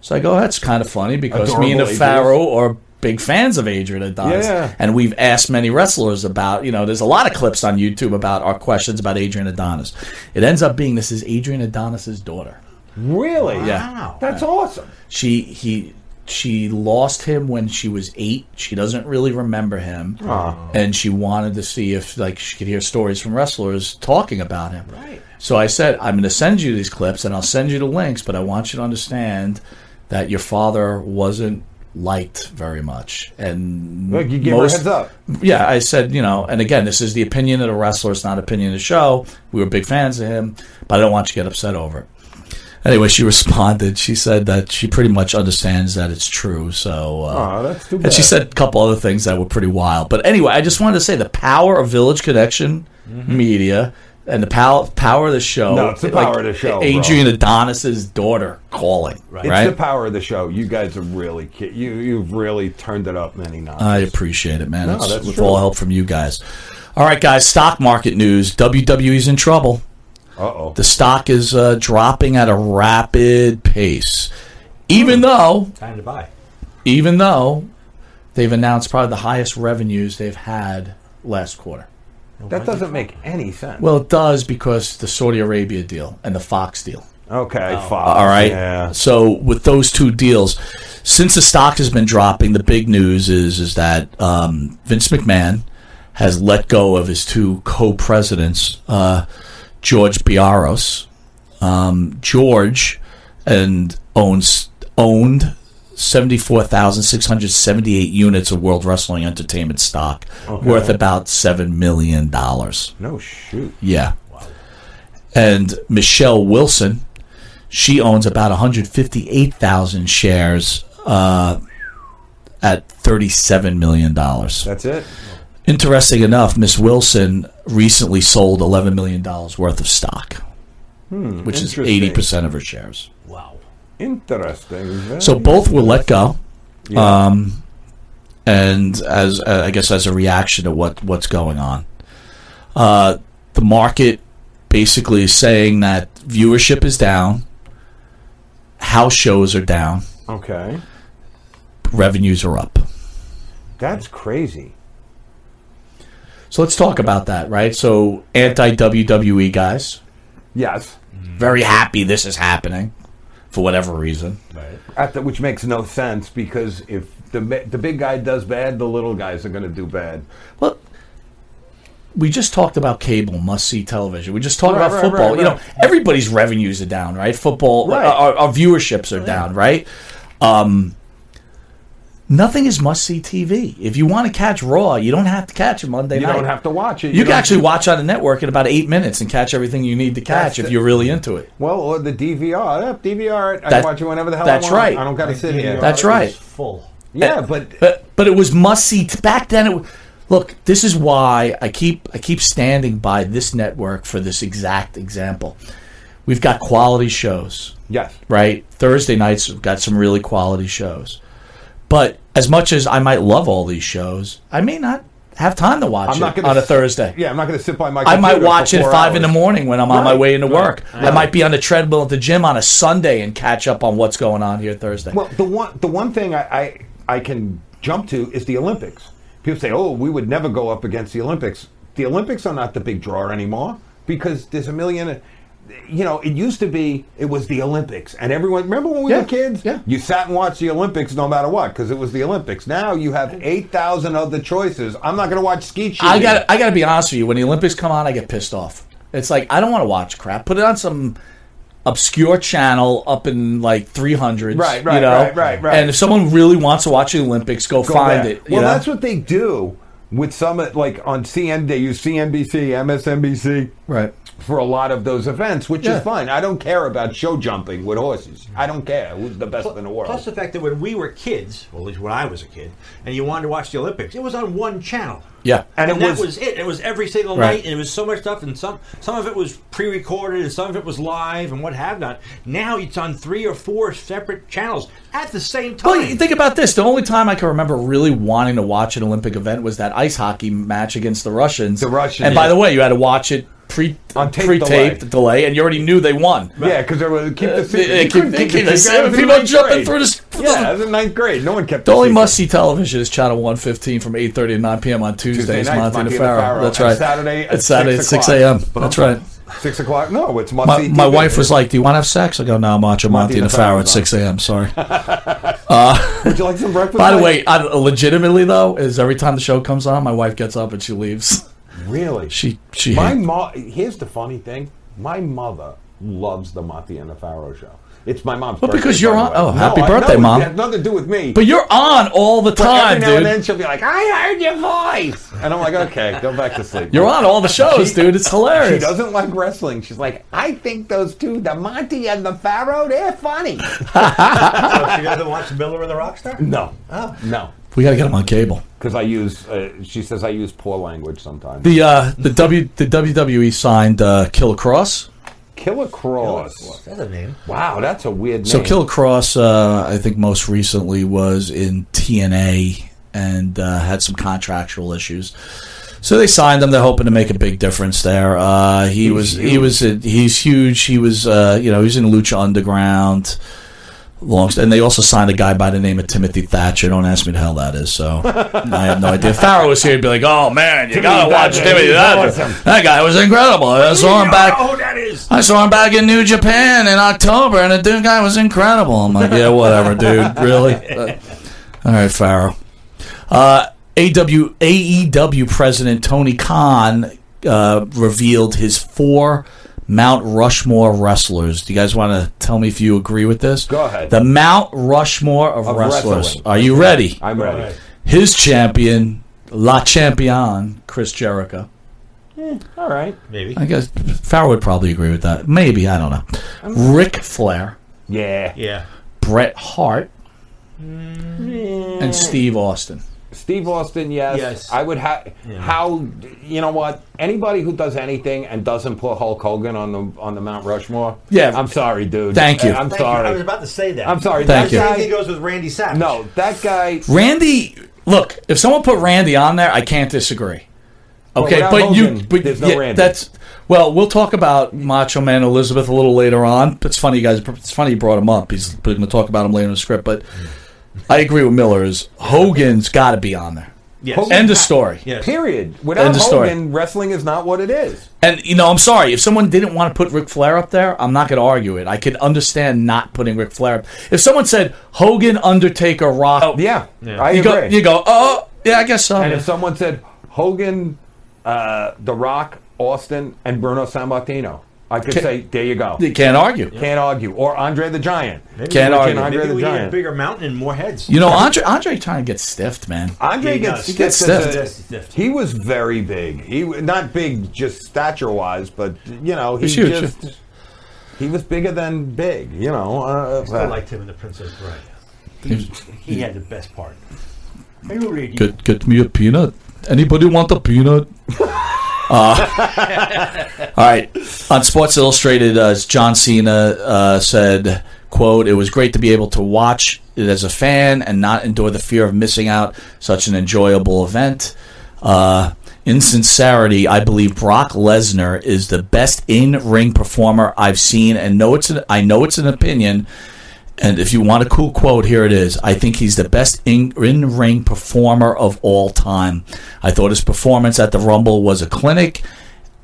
S9: So I go, "That's kind of funny because me and the
S6: Adorable Adrian.
S9: Pharaoh are big fans of Adrian Adonis,
S6: Yeah.
S9: and we've asked many wrestlers about. You know, there's a lot of clips on YouTube about our questions about Adrian Adonis. It ends up being this is Adrian Adonis's daughter.
S10: Really?
S9: Yeah.
S10: That's awesome.
S9: She he she lost him when she was eight. She doesn't really remember him,
S10: Aw.
S9: and she wanted to see if like she could hear stories from wrestlers talking about him. Right. So I said, I'm going to send you these clips, and I'll send you the links, but I want you to understand that your father wasn't liked very much, and
S10: Look, you gave her a heads up.
S9: yeah, I said, you know, and again, this is the opinion of the wrestler. It's not opinion of the show. We were big fans of him, but I don't want you to get upset over it. Anyway, she responded. She said that she pretty much understands that it's true. So, uh,
S10: Aw, Oh, that's too
S9: and she
S10: bad.
S9: said a couple other things that were pretty wild. But anyway, I just wanted to say the power of Village Connection Media and the pow- power of the show.
S10: Mm-hmm. No, it's the power of the show, bro.
S9: Adrian Adonis's daughter calling. Right.
S10: It's the power of the show. You guys are really ki- you you've really turned it up many notches.
S9: I appreciate it, man.
S10: No,
S9: It's-
S10: that's
S9: with
S10: true.
S9: all help from you guys. All right, guys. Stock market news. WWE's in trouble.
S10: Uh-oh.
S9: The stock is uh, dropping at a rapid pace, even though
S1: Time to buy.
S9: even though they've announced probably the highest revenues they've had last quarter.
S10: That doesn't make any sense.
S9: Well, it does because the Saudi Arabia deal and the Fox deal.
S10: Okay,
S9: Oh.
S10: Fox,
S9: All right.
S10: yeah.
S9: So with those two deals, since the stock has been dropping, the big news is is that um, Vince McMahon has let go of his two co-presidents, uh, George Biaros. Um, George and owns owned seventy four thousand six hundred seventy eight units of World Wrestling Entertainment stock,
S10: Okay.
S9: worth about seven million dollars.
S10: No shoot.
S9: Yeah. And Michelle Wilson, she owns about 158,000 shares uh, at $37 million. That's
S10: it.
S9: Interesting enough, Miss Wilson recently sold $11 million worth of stock,
S10: Hmm,
S9: which is
S10: interesting.
S9: 80% of her shares.
S10: Interesting. Very
S9: So both were let go.
S10: Yeah.
S9: Um, and as uh, I guess as a reaction to what what's going on, uh, the market basically is saying that viewership is down, house shows are down,
S10: Okay.
S9: revenues are up.
S10: That's crazy.
S9: So let's talk about that, right? So anti WWE guys,
S10: yes,
S9: very happy this is happening for whatever reason. Right.
S10: At the, which makes no sense because if the ma- the big guy does bad, the little guys are going to do bad.
S9: Well, we just talked about cable, must see television. We just talked
S10: Right,
S9: about
S10: right,
S9: football.
S10: right,
S9: You know,
S10: right.
S9: everybody's revenues are down, right? Football, uh,
S10: Right. Oh,
S9: Our, our viewerships are down, right? Um, nothing is must see TV. If you want to catch Raw, you don't have to catch it Monday
S10: you
S9: night.
S10: don't have to watch it.
S9: You, can
S10: don't-
S9: actually watch on the network in about eight minutes and catch everything you need to
S10: That's
S9: catch if
S10: the-
S9: you're really into it.
S10: Well, or the DVR. Yeah, DVR. I
S9: That-
S10: can watch it whenever the hell.
S9: that's
S10: I want.
S9: right.
S10: I don't got to sit here.
S9: That's right.
S1: Full.
S10: Yeah, but
S9: but but it was must see back then. It w- look, this is why I keep I keep standing by this network for this exact example. We've got quality shows.
S10: Yes.
S9: Right. Thursday nights we've got some really quality shows. But as much as I might love all these shows, I may not have time to watch
S10: I'm
S9: it
S10: not gonna
S9: on a
S10: s-
S9: Thursday.
S10: Yeah, I'm not going to sit by my.
S9: I might
S10: computer
S9: watch
S10: for
S9: it
S10: four
S9: five in
S10: hours.
S9: the morning when I'm on my
S10: Right,
S9: way into
S10: right.
S9: work. I
S10: Yeah.
S9: might be on the treadmill at the gym on a Sunday and catch up on what's going on here Thursday.
S10: Well, the one the one thing I, I I can jump to is the Olympics. People say, "Oh, we would never go up against the Olympics." The Olympics are not the big draw anymore because there's a million. you know, it used to be it was the Olympics, and everyone remember when we were kids? Yeah. You sat and watched the Olympics no matter what because it was the Olympics. Now you have eight thousand other choices. I'm not going to watch skeet shooting.
S9: I got I got to be honest with you. When the Olympics come on, I get pissed off. It's like I don't want to watch crap. Put it on some obscure channel up in like 300s.
S10: Right, right,
S9: you know?
S10: right, right, right.
S9: And if someone really wants to watch the Olympics, go,
S10: Go
S9: find
S10: there.
S9: it.
S10: Well, that's what they do with some of- like on CN. They use CNBC, MSNBC,
S9: right,
S10: for a lot of those events, which
S1: Yeah.
S10: is fine. I don't care about show jumping with horses. I don't care who's the best in the world.
S1: Plus the fact that when we were kids, well, at least when I was a kid, and you wanted to watch the Olympics, it was on one channel.
S9: Yeah.
S1: And,
S10: And it
S1: that was,
S10: was-
S1: it. It was every single
S10: Right.
S1: night, and it was so much stuff, and some some of it was pre-recorded, and some of it was live, and what have not. Now it's on three or four separate channels at the same time.
S9: Well, you think about this. The only time I can remember really wanting to watch an Olympic event was that ice hockey match against the Russians. The
S10: Russians.
S9: And by the way, you had to watch it pre
S10: On tape
S9: pre-taped delay.
S10: delay.
S9: and you already knew they won.
S10: Yeah, because they were keep
S9: Uh,
S10: the secret.
S9: they
S10: You
S9: keep-
S10: couldn't
S9: they keep
S10: the
S9: the
S10: secret.
S9: secret.
S10: It was in
S9: People
S10: ninth
S9: jumping
S10: grade.
S9: through this-
S10: Yeah, it was in ninth grade. No one kept
S9: The
S10: the
S9: only
S10: secret.
S9: must-see television is Channel 115 from 8.30 to 9 p.m. on Tuesdays,
S10: nights,
S9: Monty
S10: Monty
S9: DeFaro. That's
S10: And
S9: right.
S10: Saturday at
S9: It's Saturday at 6 a.m.
S10: o'clock.
S9: That's right.
S10: Six o'clock. No, it's must
S9: My, my wife was like, "Do you want to have sex?" I go, "No, I'm watching Monty,
S10: Monty
S9: and
S10: and
S9: the
S10: the
S9: Pharaoh
S10: Pharaoh's
S9: at 6 a.m. Sorry." uh,
S10: Would you like some breakfast?
S9: by the
S10: Mike?
S9: way, I, uh, legitimately though, is every time the show comes on, my wife gets up and she leaves.
S10: Really?
S9: She she.
S10: my
S9: hates-
S10: mom. Here's the funny thing. My mother loves the Monty and the Pharaoh show. It's my mom's.
S9: Well,
S10: birthday,
S9: because you're
S10: by
S9: on-
S10: the way.
S9: oh,
S10: No,
S9: happy
S10: I
S9: birthday,
S10: know,
S9: Mom.
S10: It has nothing to do with me.
S9: but you're on all the
S10: But every
S9: time,
S10: now
S9: dude.
S10: And then she'll be like, "I heard your voice," and I'm like, "Okay, go back to sleep."
S9: You're on all the shows, dude. It's hilarious.
S10: She doesn't like wrestling. She's like, I think those two, the Monty and the Pharaoh, they're funny.
S1: so she doesn't watch Miller and the Rockstar.
S10: No, no,
S9: We got to get him on cable.
S10: because I use. Uh, she says I use poor language sometimes.
S9: The uh, the W the WWE signed uh, Killer Cross.
S10: Killer Cross.
S1: That's a name.
S10: Wow, that's a weird name.
S9: So Killer Cross, uh, I think most recently was in TNA and uh, had some contractual issues. So they signed him. They're hoping to make a big difference there. Uh, he
S10: He's
S9: was he
S10: huge.
S9: was a, he's huge. He was uh, you know he's in Lucha Underground. Long, and they also signed a guy by the name of Timothy Thatcher. Don't ask me the hell that is. So I have no idea. If Farrow was here, he'd be like, "Oh man, you
S6: Timothy
S9: gotta watch
S6: Thatcher,
S9: Timothy
S6: he's
S9: Thatcher.
S6: awesome."
S9: That guy was incredible. I saw him back.
S6: Oh, that is.
S9: I saw him back in New Japan in October, and the dude guy was incredible. I'm like, yeah, whatever, dude. Really? Uh, all right, Farrow. Uh, AW, AEW E president Tony Khan uh, revealed his four Mount Rushmore wrestlers. Do you guys want to tell me if you agree with this? Go
S10: ahead.
S9: The Mount Rushmore of,
S10: Of
S9: wrestlers.
S10: wrestling.
S9: Are you ready?
S10: I'm ready.
S9: His champion, La Champion, Chris Jericho.
S10: Eh, all right.
S1: Maybe.
S9: I guess Farrow would probably agree with that. Maybe I don't know. Ric Flair,
S10: Yeah.
S1: Yeah.
S9: Bret Hart, and Steve Austin.
S10: Steve Austin, yes.
S9: Yes.
S10: I would have
S9: Yeah.
S10: how you know what? Anybody who does anything and doesn't put Hulk Hogan on the on the Mount Rushmore.
S9: Yeah.
S10: I'm sorry, dude.
S9: Thank you.
S10: I'm
S9: Thank
S1: you. I
S10: sorry.
S1: was about to say that.
S10: I'm sorry.
S9: Thank
S10: that
S9: you.
S10: guy-
S1: Same thing goes with Randy Savage.
S10: no, that guy.
S9: Randy, look, if someone put Randy on there, I can't disagree. Okay,
S10: Well, without
S9: but you,
S10: Hogan,
S9: but
S10: there's no
S9: yeah,
S10: Randy.
S9: that's well. We'll talk about Macho Man Elizabeth a little later on. It's funny, you guys. It's funny you brought him up. He's we're going to talk about him later in the script. But I agree with Miller's. Hogan's got to be on there.
S10: Hogan-
S9: End of story.
S10: Period. Without
S9: End of story.
S10: Hogan, wrestling is not what it is.
S9: And you know, I'm sorry if someone didn't want to put Ric Flair up there. I'm not going to argue it. I could understand not putting Ric Flair up. If someone said Hogan, Undertaker, Rock,
S10: Oh, yeah, I
S9: you go,
S10: agree.
S9: you go, oh, yeah, I guess so.
S10: And if someone said Hogan, uh, The Rock, Austin, and Bruno Sammartino, I could
S9: Can't-
S10: say, there you go.
S9: You can't argue.
S10: Can't argue. Or Andre the Giant.
S1: Maybe
S9: Can't
S1: we
S9: argue.
S1: can-
S10: Andre
S1: Maybe
S10: the
S1: we need a
S10: Giant.
S1: bigger mountain and more heads.
S9: you know, Andre, Andre kind of gets stiffed, man.
S10: Andre
S1: He
S10: gets,
S1: does.
S10: he gets
S9: He gets
S10: stiffed.
S1: stiffed.
S10: He was very big. He w- not big just stature wise, but you know he
S9: He's huge.
S10: just he was bigger than big. You know, uh,
S1: I still liked him in The Princess Bride. He, he had the best part. Hey, Rudy.
S9: Get get me a peanut. Anybody want a peanut? uh, all right. On Sports Illustrated, uh, John Cena uh, said, "quote It was great to be able to watch it as a fan and not endure the fear of missing out such an enjoyable event." Uh, in sincerity, I believe Brock Lesnar is the best in-ring performer I've seen, and know it's an, I know it's an opinion, and if you want a cool quote, here it is. I think he's the best in ring performer of all time. I thought his performance at the Rumble was a clinic.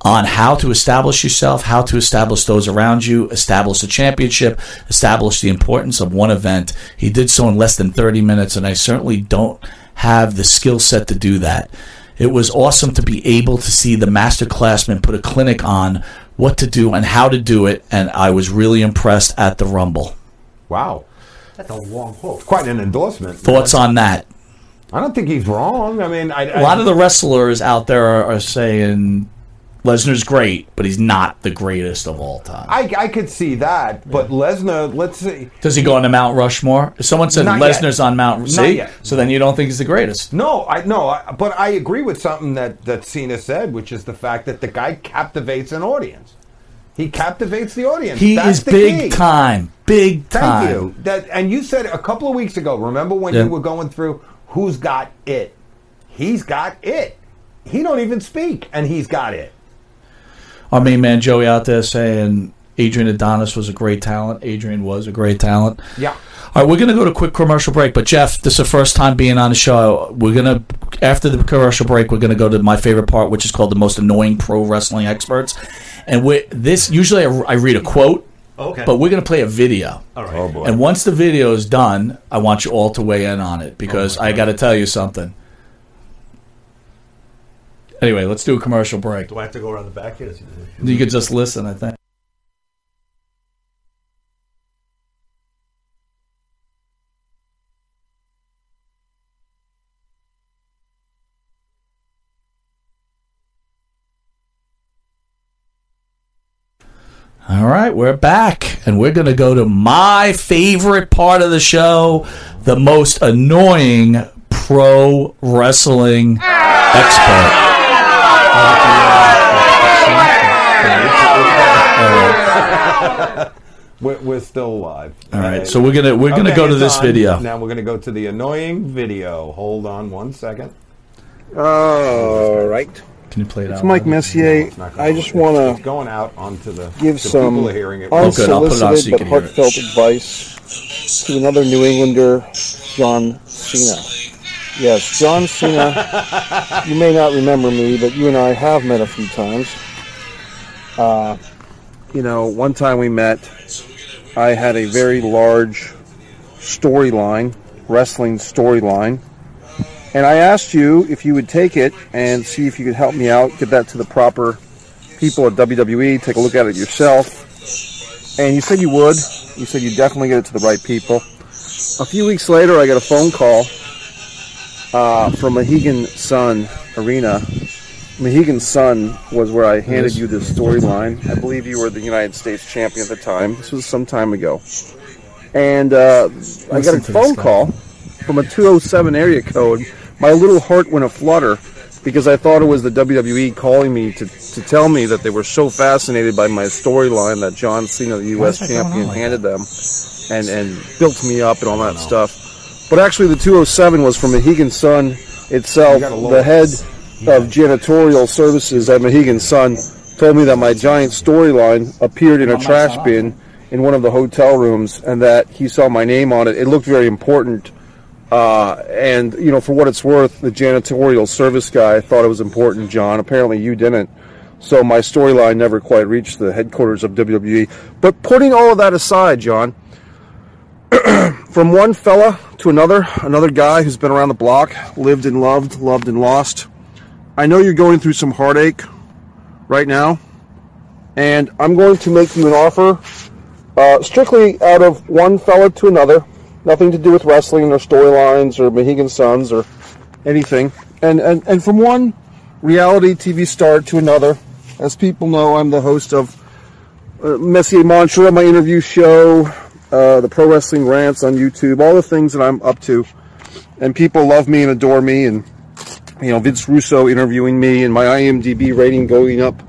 S9: on how to establish yourself, how to establish those around you, establish a championship, establish the importance of one event. He did so in less than 30 minutes, and I certainly don't have the skill set to do that. It was awesome to be able to see the master classmen put a clinic on what to do and how to do it, and I was really impressed at the Rumble.
S10: Wow.
S4: That's a long quote.
S10: Quite an endorsement.
S9: Thoughts on that?
S10: I don't think he's wrong. I mean, I,
S9: A lot of the wrestlers out there are, are saying Lesnar's great, but he's not the greatest of all time.
S10: I, I could see that, but Lesnar, let's see.
S9: Does he go on to Mount Rushmore? If someone said
S10: Not yet.
S9: Lesnar's on Mount,
S10: Not
S9: see,
S10: yet.
S9: so then you don't think he's the greatest.
S10: No, I no, I, but I agree with something that that Cena said, which is the fact that the guy captivates an audience. He captivates the audience.
S9: He
S10: That's
S9: is
S10: the
S9: big
S10: key.
S9: time, big
S10: Thank
S9: time.
S10: you. That and you said a couple of weeks ago. Remember when
S9: Yeah.
S10: you were going through who's got it? He's got it. He don't even speak, and he's got it.
S9: Our main man Joey out there saying Adrian Adonis was a great talent. Adrian was a great talent.
S10: Yeah.
S9: All right, we're going to go to a quick commercial break. But Jeff, this is the first time being on the show. We're going to, after the commercial break, we're going to go to my favorite part, which is called the most annoying pro wrestling experts. And we this usually I, I read a quote,
S1: Okay.
S9: but we're going to play a video.
S1: All right. Oh, boy.
S9: And once the video is done, I want you all to weigh in on it
S1: Oh,
S9: because I got to tell you something. Anyway, let's do a commercial break.
S1: Do I have to go around the back here?
S9: You could just listen, I think. All right, we're back, and we're going to go to my favorite part of the show the most annoying pro wrestling expert.
S10: We're, we're still Uh, live.
S9: All right, so we're gonna- we're gonna
S10: Okay,
S9: go to
S10: it's
S9: this
S10: on.
S9: video.
S10: Now we're gonna go to the annoying video. Hold on one second.
S2: All right.
S9: Can you play it
S2: It's
S9: out?
S2: Mike Messier. I just want
S10: It's going out onto the.
S2: to give
S10: the
S2: some
S10: people are hearing it.
S9: Oh,
S2: unsolicited but heartfelt advice to another New Englander, John Cena. Yes, John Cena. you may not remember me, but you and I have met a few times. Uh, you know, one time we met, I had a very large storyline, wrestling storyline. And I asked you if you would take it and see if you could help me out, get that to the proper people at WWE, take a look at it yourself. And you said you would. You said you'd definitely get it to the right people. A few weeks later, I got a phone call uh, from Mohegan Sun Arena. Mohegan Sun was where I handed you this storyline. I believe you were the United States champion at the time. This was some time ago. And uh, I got
S12: Listen
S2: a
S12: to
S2: phone
S12: this guy.
S2: call from a 207 area code. My little heart went aflutter because I thought it was the WWE calling me to, to tell me that they were so fascinated by my storyline that John Cena, the
S12: Why is
S2: U.S.
S12: that going on
S2: champion,
S12: like
S2: handed them and, and built me up and all that stuff. But actually, the 207 was from Mohegan Sun itself. The head of janitorial services at Mohegan Sun told me that my giant storyline appeared in a trash bin in one of the hotel rooms and that he saw my name on it. It looked very important. Uh, and, you know, for what it's worth, the janitorial service guy thought it was important, John. Apparently, you didn't. So my storyline never quite reached the headquarters of WWE. But putting all of that aside, John, from one fella to another, another guy who's been around the block, lived and loved, loved and lost. I know you're going through some heartache right now, and I'm going to make you an offer uh, strictly out of one fella to another, nothing to do with wrestling or storylines or Mohegan Suns or anything. And, and, and from one reality TV star to another, as people know, I'm the host of uh, Messier Mantra, my interview show, uh, the pro wrestling rants on YouTube, all the things that I'm up to. And people love me and adore me. And, you know, Vince Russo interviewing me and my IMDb rating going up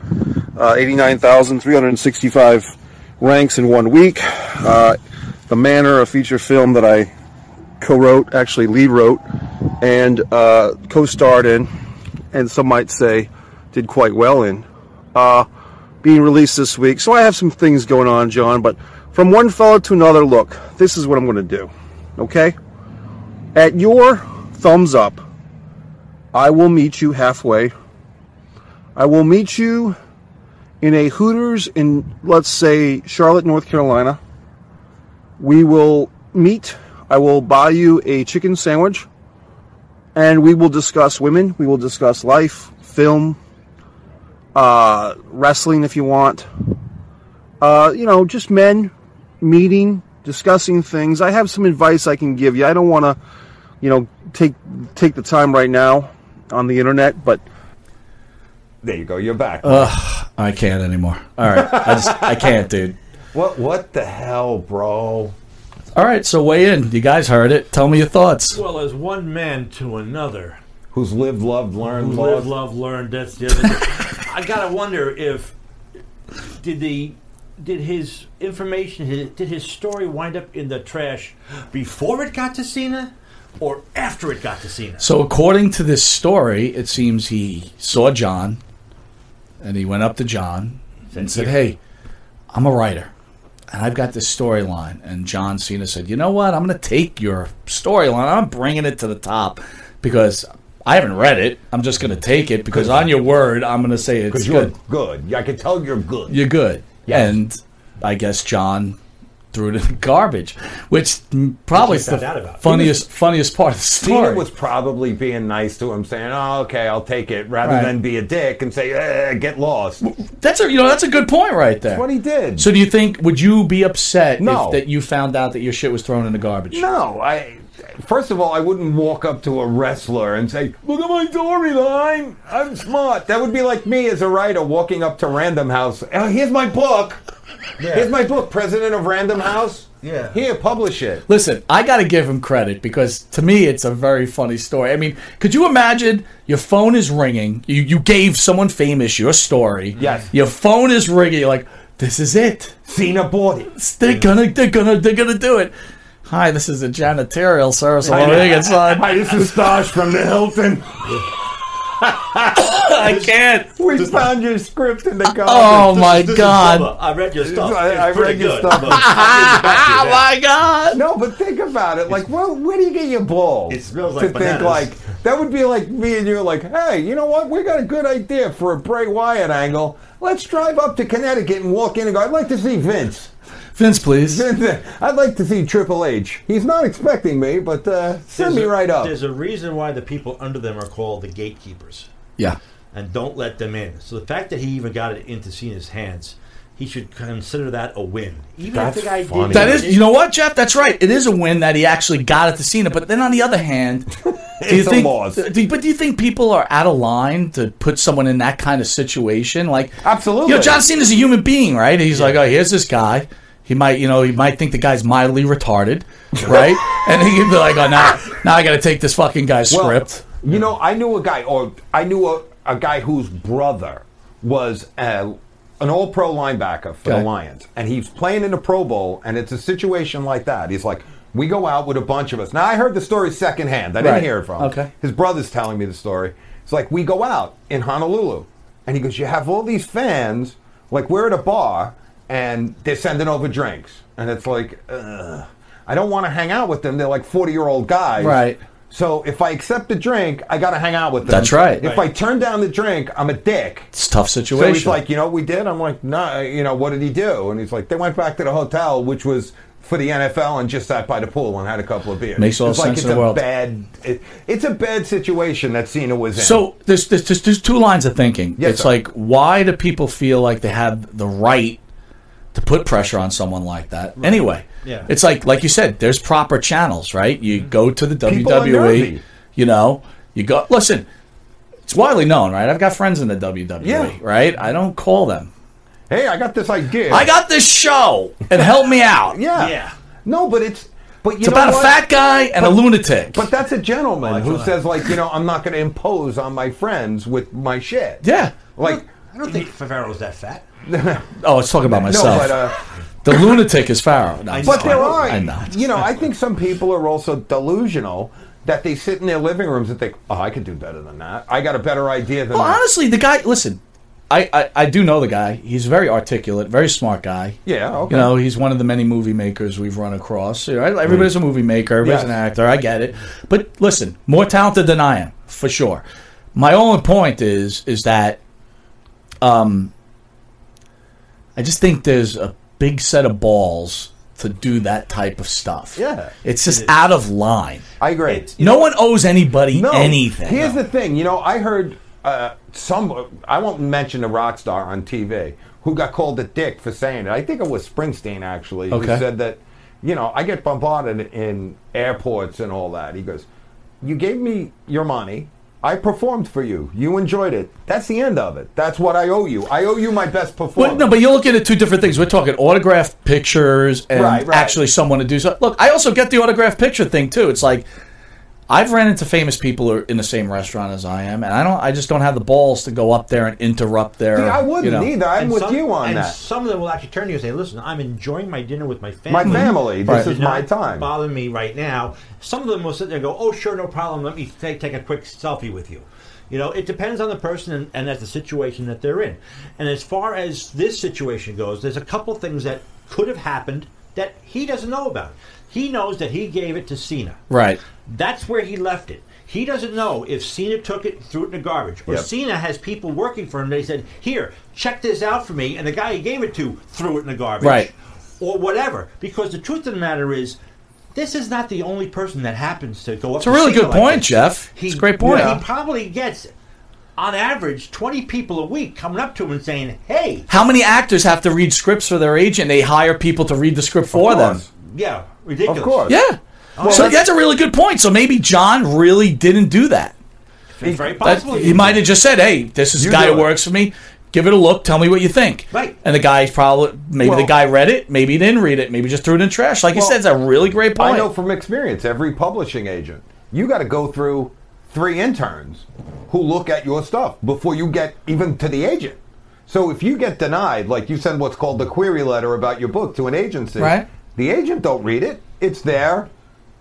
S2: uh, 89,365 ranks in one week. Uh, the Manor, a feature film that I co wrote, actually, Lee wrote and uh, co starred in, and some might say did quite well in. Uh, being released this week. So I have some things going on, John, but from one fellow to another, look, this is what I'm going to do. Okay? At your thumbs up, I will meet you halfway. I will meet you in a Hooters in, let's say, Charlotte, North Carolina, we will meet. I will buy you a chicken sandwich, and we will discuss women. We will discuss life, film, uh, wrestling if you want. Uh, you know, just men meeting, discussing things. I have some advice I can give you. I don't want to, you know, take take the time right now on the internet, but
S10: there you go. You're back.
S12: Uh,
S9: Ugh, I can't anymore. All right, I just I can't, dude.
S10: What what the hell, bro?
S9: All right, so weigh in. You guys heard it. Tell me your thoughts.
S1: Well, as one man to another,
S10: Who's lived, loved, learned,
S1: who
S10: loved?
S1: live, love, learn. That's the other. thing. I gotta wonder if did the did his information his, did his story wind up in the trash before it got to Cena or after it got to Cena?
S9: So, according to this story, it seems he saw John and he went up to John and said, Hey, I'm a writer and I've got this storyline. And John Cena said, You know what? I'm going to take your storyline, I'm bringing it to the top because. I haven't read it. I'm just going to take it because on your word, I'm going to say it's
S10: Because you're
S9: good.
S10: good. Yeah, I can tell you're good.
S9: You're good. And I guess John threw it in the garbage, which m- probably is
S10: Which we found out
S9: the
S10: about.
S9: funniest funniest part of the story.
S10: Cena was probably being nice to him, saying, "Oh, okay, I'll take it," rather
S9: Right.
S10: than be a dick and say, eh, "Get lost."
S9: That's a you know that's a good point right there.
S10: That's what he did.
S9: So do you think would you be upset
S10: No.
S9: if that you found out that your shit was thrown in the garbage?
S10: No, I. First of all, I wouldn't walk up to a wrestler and say, "Look at my storyline. I'm smart." That would be like me as a writer walking up to Random House. "Oh, here's my book. Here's my book, President of Random House. Yeah. Here, publish it.
S9: Listen, I got to give him credit because to me it's a very funny story. I mean, could you imagine your phone is ringing? You you gave someone famous your story.
S10: Yes.
S9: Your phone is ringing. You're like, this is it.
S10: Cena bought it.
S9: They're gonna they're gonna they're gonna do it. Hi, this is a janitorial service. Hi,
S10: Hi, this is Stosh from the Hilton.
S9: I can't.
S10: We found your script in the garbage.
S9: Oh, my God.
S1: I read your stuff.
S10: I,
S1: It's
S10: I
S1: pretty
S10: read your
S1: good,
S10: stuff.
S1: but I'll give it back to you now.
S9: Oh my God!
S10: No, but think about it. Like, well, where do you get your balls? It
S1: smells
S10: to
S1: like
S10: think
S1: bananas.
S10: like that would be like me and you, like, hey, you know what? We got a good idea for a Bray Wyatt angle. Let's drive up to Connecticut and walk in and go. I'd like to see Vince. uh,
S9: Vince, please.
S10: I'd like to see Triple H. He's not expecting me, but uh,
S1: There's
S10: send me
S1: a-
S10: right up.
S1: There's a reason why the people under them are called the gatekeepers.
S9: Yeah.
S1: and don't let them in. So the fact that he even got it into Cena's hands, he should consider that a win. Even if the guy did
S9: That is, you know what, Jeff? That's right. It is a win that he actually got at the Cena. But then on the other hand, do you
S10: It's a
S9: think?
S10: loss.
S9: do- but do you think people are out of line to put someone in that kind of situation? Like,
S10: Absolutely.
S9: you know, John Cena's a human being, right? He's like, oh, here's this guy. He might, you know, he might think the guy's mildly retarded, right? and he could be like, oh, now, now I got to take this fucking guy's
S10: Well,
S9: script.
S10: You know, I knew a guy, or I knew a, a guy whose brother was uh an all pro linebacker for
S9: Okay.
S10: the Lions, and he's playing in the Pro Bowl, and it's a situation like that. He's like, we go out with a bunch of us. Now, I heard the story secondhand, I didn't
S9: Right.
S10: hear it from him.
S9: Okay.
S10: His brother's telling me the story. It's like, we go out in Honolulu, and he goes, you have all these fans, like, we're at a bar, and they're sending over drinks. And it's like, Ugh, I don't want to hang out with them. They're like 40 year old guys.
S9: Right.
S10: So if I accept the drink, I got to hang out with them.
S9: That's right.
S10: If I turn down the drink, I'm a dick.
S9: It's a tough
S10: So
S9: situation.
S10: he's like, you know, what we did. I'm like, no, you know, what did he do? And he's like, they went back to the hotel, which was for the NFL, and just sat by the pool and had a couple of beers.
S9: Makes all
S10: it's
S9: the
S10: like
S9: sense
S10: it's
S9: in the
S10: a
S9: world.
S10: Bad, it- it's a bad situation that Cena was in.
S9: So there's there's, there's, there's two lines of thinking.
S10: Yes,
S9: it's
S10: sir.
S9: like why do people feel like they have the right to put pressure on someone like that? Anyway,
S1: Yeah.
S9: it's like like you said, there's proper channels, right? You go to the
S10: Mm-hmm. People are
S9: WWE,
S10: nervy.
S9: you know, you go listen. It's widely known, right? I've got friends in the WWE,
S10: Yeah.
S9: right? I don't call them.
S10: hey, I got this idea.
S9: I got this show and help me out.
S10: yeah, No, but it's but you
S9: It's
S10: know
S9: about a
S10: what?
S9: fat guy and a
S10: But-
S9: lunatic.
S10: But that's a gentleman who
S1: that.
S10: says like, you know, I'm not going to impose on my friends with my shit.
S9: Yeah.
S10: Like,
S1: I don't think Favrero's that fat.
S9: Oh, I was talking about myself.
S10: no, but. Uh,
S9: the lunatic is Pharaoh. No, I'm
S10: But
S9: sorry.
S10: there are,
S9: I know.
S10: you know, I think some people are also delusional that they sit in their living rooms and think, "Oh, I could do better than that. I got a better idea than
S9: Well,
S10: that."
S9: Oh, honestly, the guy. Listen, I, I I do know the guy. He's very articulate, very smart guy.
S10: Yeah, okay.
S9: You know, he's one of the many movie makers we've run across. You know,
S10: Mm.
S9: everybody's a movie maker. Everybody's an
S10: Yes.
S9: actor. I get it. But listen, more talented than I am for sure. My only point is is that, um, I just think there's a big set of balls to do that type of stuff.
S10: Yeah.
S9: It's just out of line.
S10: I agree.
S9: no one owes anybody anything.
S10: Here's the thing, you know, I heard uh, some. I won't mention a rock star on TV who got called a dick for saying it. I think it was Springsteen actually
S9: Okay.
S10: who said that. You know, I get bombarded in airports and all that. He goes, "You gave me your money." I performed for you. You enjoyed it. That's the end of it. That's what I owe you. I owe you my best
S9: But
S10: performance.
S9: no, but you're looking at two different things. We're talking autographed pictures and
S10: Right, right.
S9: actually someone to do so. Look, I also get the autographed picture thing too. It's like I've ran into famous people who are in the same restaurant as I am, and I don't. I just don't have the balls to go up there and interrupt their. you know.
S1: And some- and Some of them will actually turn to you and say, "Listen, I'm enjoying my dinner with my
S10: My
S1: family.
S10: family. This
S1: It
S10: is
S1: does
S10: my
S1: not
S10: time.
S1: Bother me right now." Some of them will sit there and go, "Oh, sure, no problem. Let me take take a quick selfie with you." You know, it depends on the person and, and that's the situation that they're in. And as far as this situation goes, there's a couple things that could have happened that he doesn't know about. He knows that he gave it to Cena.
S9: Right.
S1: That's where he left it. He doesn't know if Cena took it and threw it in the garbage, or
S9: Yep.
S1: Cena has people working for him. They said, "Here, check this out for me," and the guy he gave it to threw it in the garbage,
S9: Right.
S1: Or whatever. Because the truth of the matter is, this is not the only person that happens to go up.
S9: It's a
S1: to
S9: really
S1: Cena
S9: good
S1: like
S9: point,
S1: this.
S9: Jeff.
S1: He,
S9: It's a great point.
S1: He probably gets, on average, twenty people a week coming up to him and saying, "Hey,
S9: How many actors have to read scripts for their agent? They hire people to read the script for them.
S1: yeah, ridiculous."
S9: Yeah.
S1: Oh,
S9: so
S1: that's-
S9: that's a really good point. So maybe John really didn't do that.
S1: It's very
S9: That-
S1: possible.
S9: he might have just said, "Hey, this is
S1: You
S9: a guy
S1: do
S9: who
S1: it.
S9: works for me. Give it a look. Tell me what you think."
S1: Right.
S9: And the guy's probably maybe the
S10: Well-
S9: guy read it, maybe he didn't read it, maybe just threw it in the trash. Like you
S10: Well,
S9: said, it's a really great point.
S10: I know from experience, every publishing agent, you got to go through three interns who look at your stuff before you get even to the agent. So if you get denied, like you send what's called the query letter about your book to an agency,
S9: Right.
S10: the agent don't read it. It's their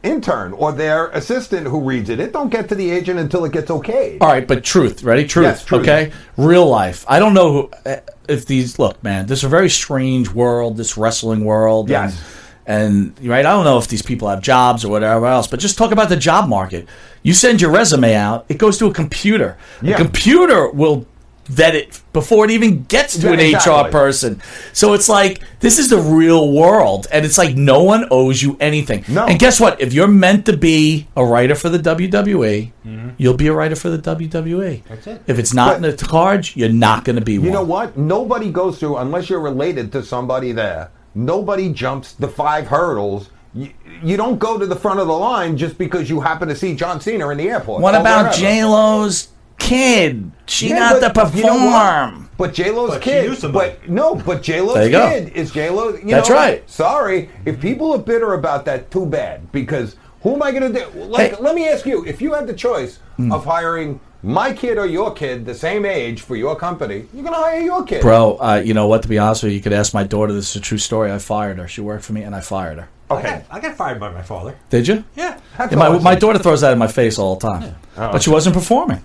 S10: intern or their assistant who reads it. It don't get to the agent until it gets okayed.
S9: All right, but truth, ready? Truth,
S10: Yes, truth.
S9: okay? Real life. I don't know who, eh, if these look, man. This is a very strange world, this wrestling world.
S10: Yes.
S9: And, and right, I don't know if these people have jobs or whatever else, but just talk about the job market. You send your resume out, it goes to a computer.
S10: Yeah.
S9: The computer will vet it before it even gets to
S10: Yeah,
S9: an HR
S10: exactly.
S9: person. So it's like this is the real world, and it's like no one owes you anything. No. And guess what? If you're meant to be a writer for the WWE,
S10: Mm-hmm.
S9: you'll be a writer for the WWE. That's
S1: it.
S9: If it's not in the cards, you're not going to be
S10: You
S9: one.
S10: know what? Nobody goes through unless you're related to somebody there. Nobody jumps the five hurdles. You, you don't go to the front of the line just because you happen to see John Cena in the airport.
S9: what
S10: or
S9: about
S10: wherever.
S9: J Lo's kid? She
S10: Yeah,
S9: got to
S10: but
S9: perform.
S10: you know what? but J Lo's
S9: she
S10: kid,
S9: knew somebody.
S10: but no, but J
S9: There
S10: Lo's
S9: you go.
S10: kid is J Lo. You
S9: That's
S10: know,
S9: right.
S10: Sorry, if people are bitter about that, too bad. Because who am I going to do? Like, let me ask you: if you had the choice
S9: Hmm.
S10: of hiring my kid or your kid, the same age for your company, you're going to hire your kid,
S9: Bro, uh, you know what? To be honest with you, you could ask my daughter. This is a true story. I fired her. She worked for me, and I fired her.
S10: Okay,
S1: I got fired by my father.
S9: Did you?
S1: Yeah.
S9: And my, my daughter throws that in my face all the time.
S10: Oh.
S9: But she wasn't performing.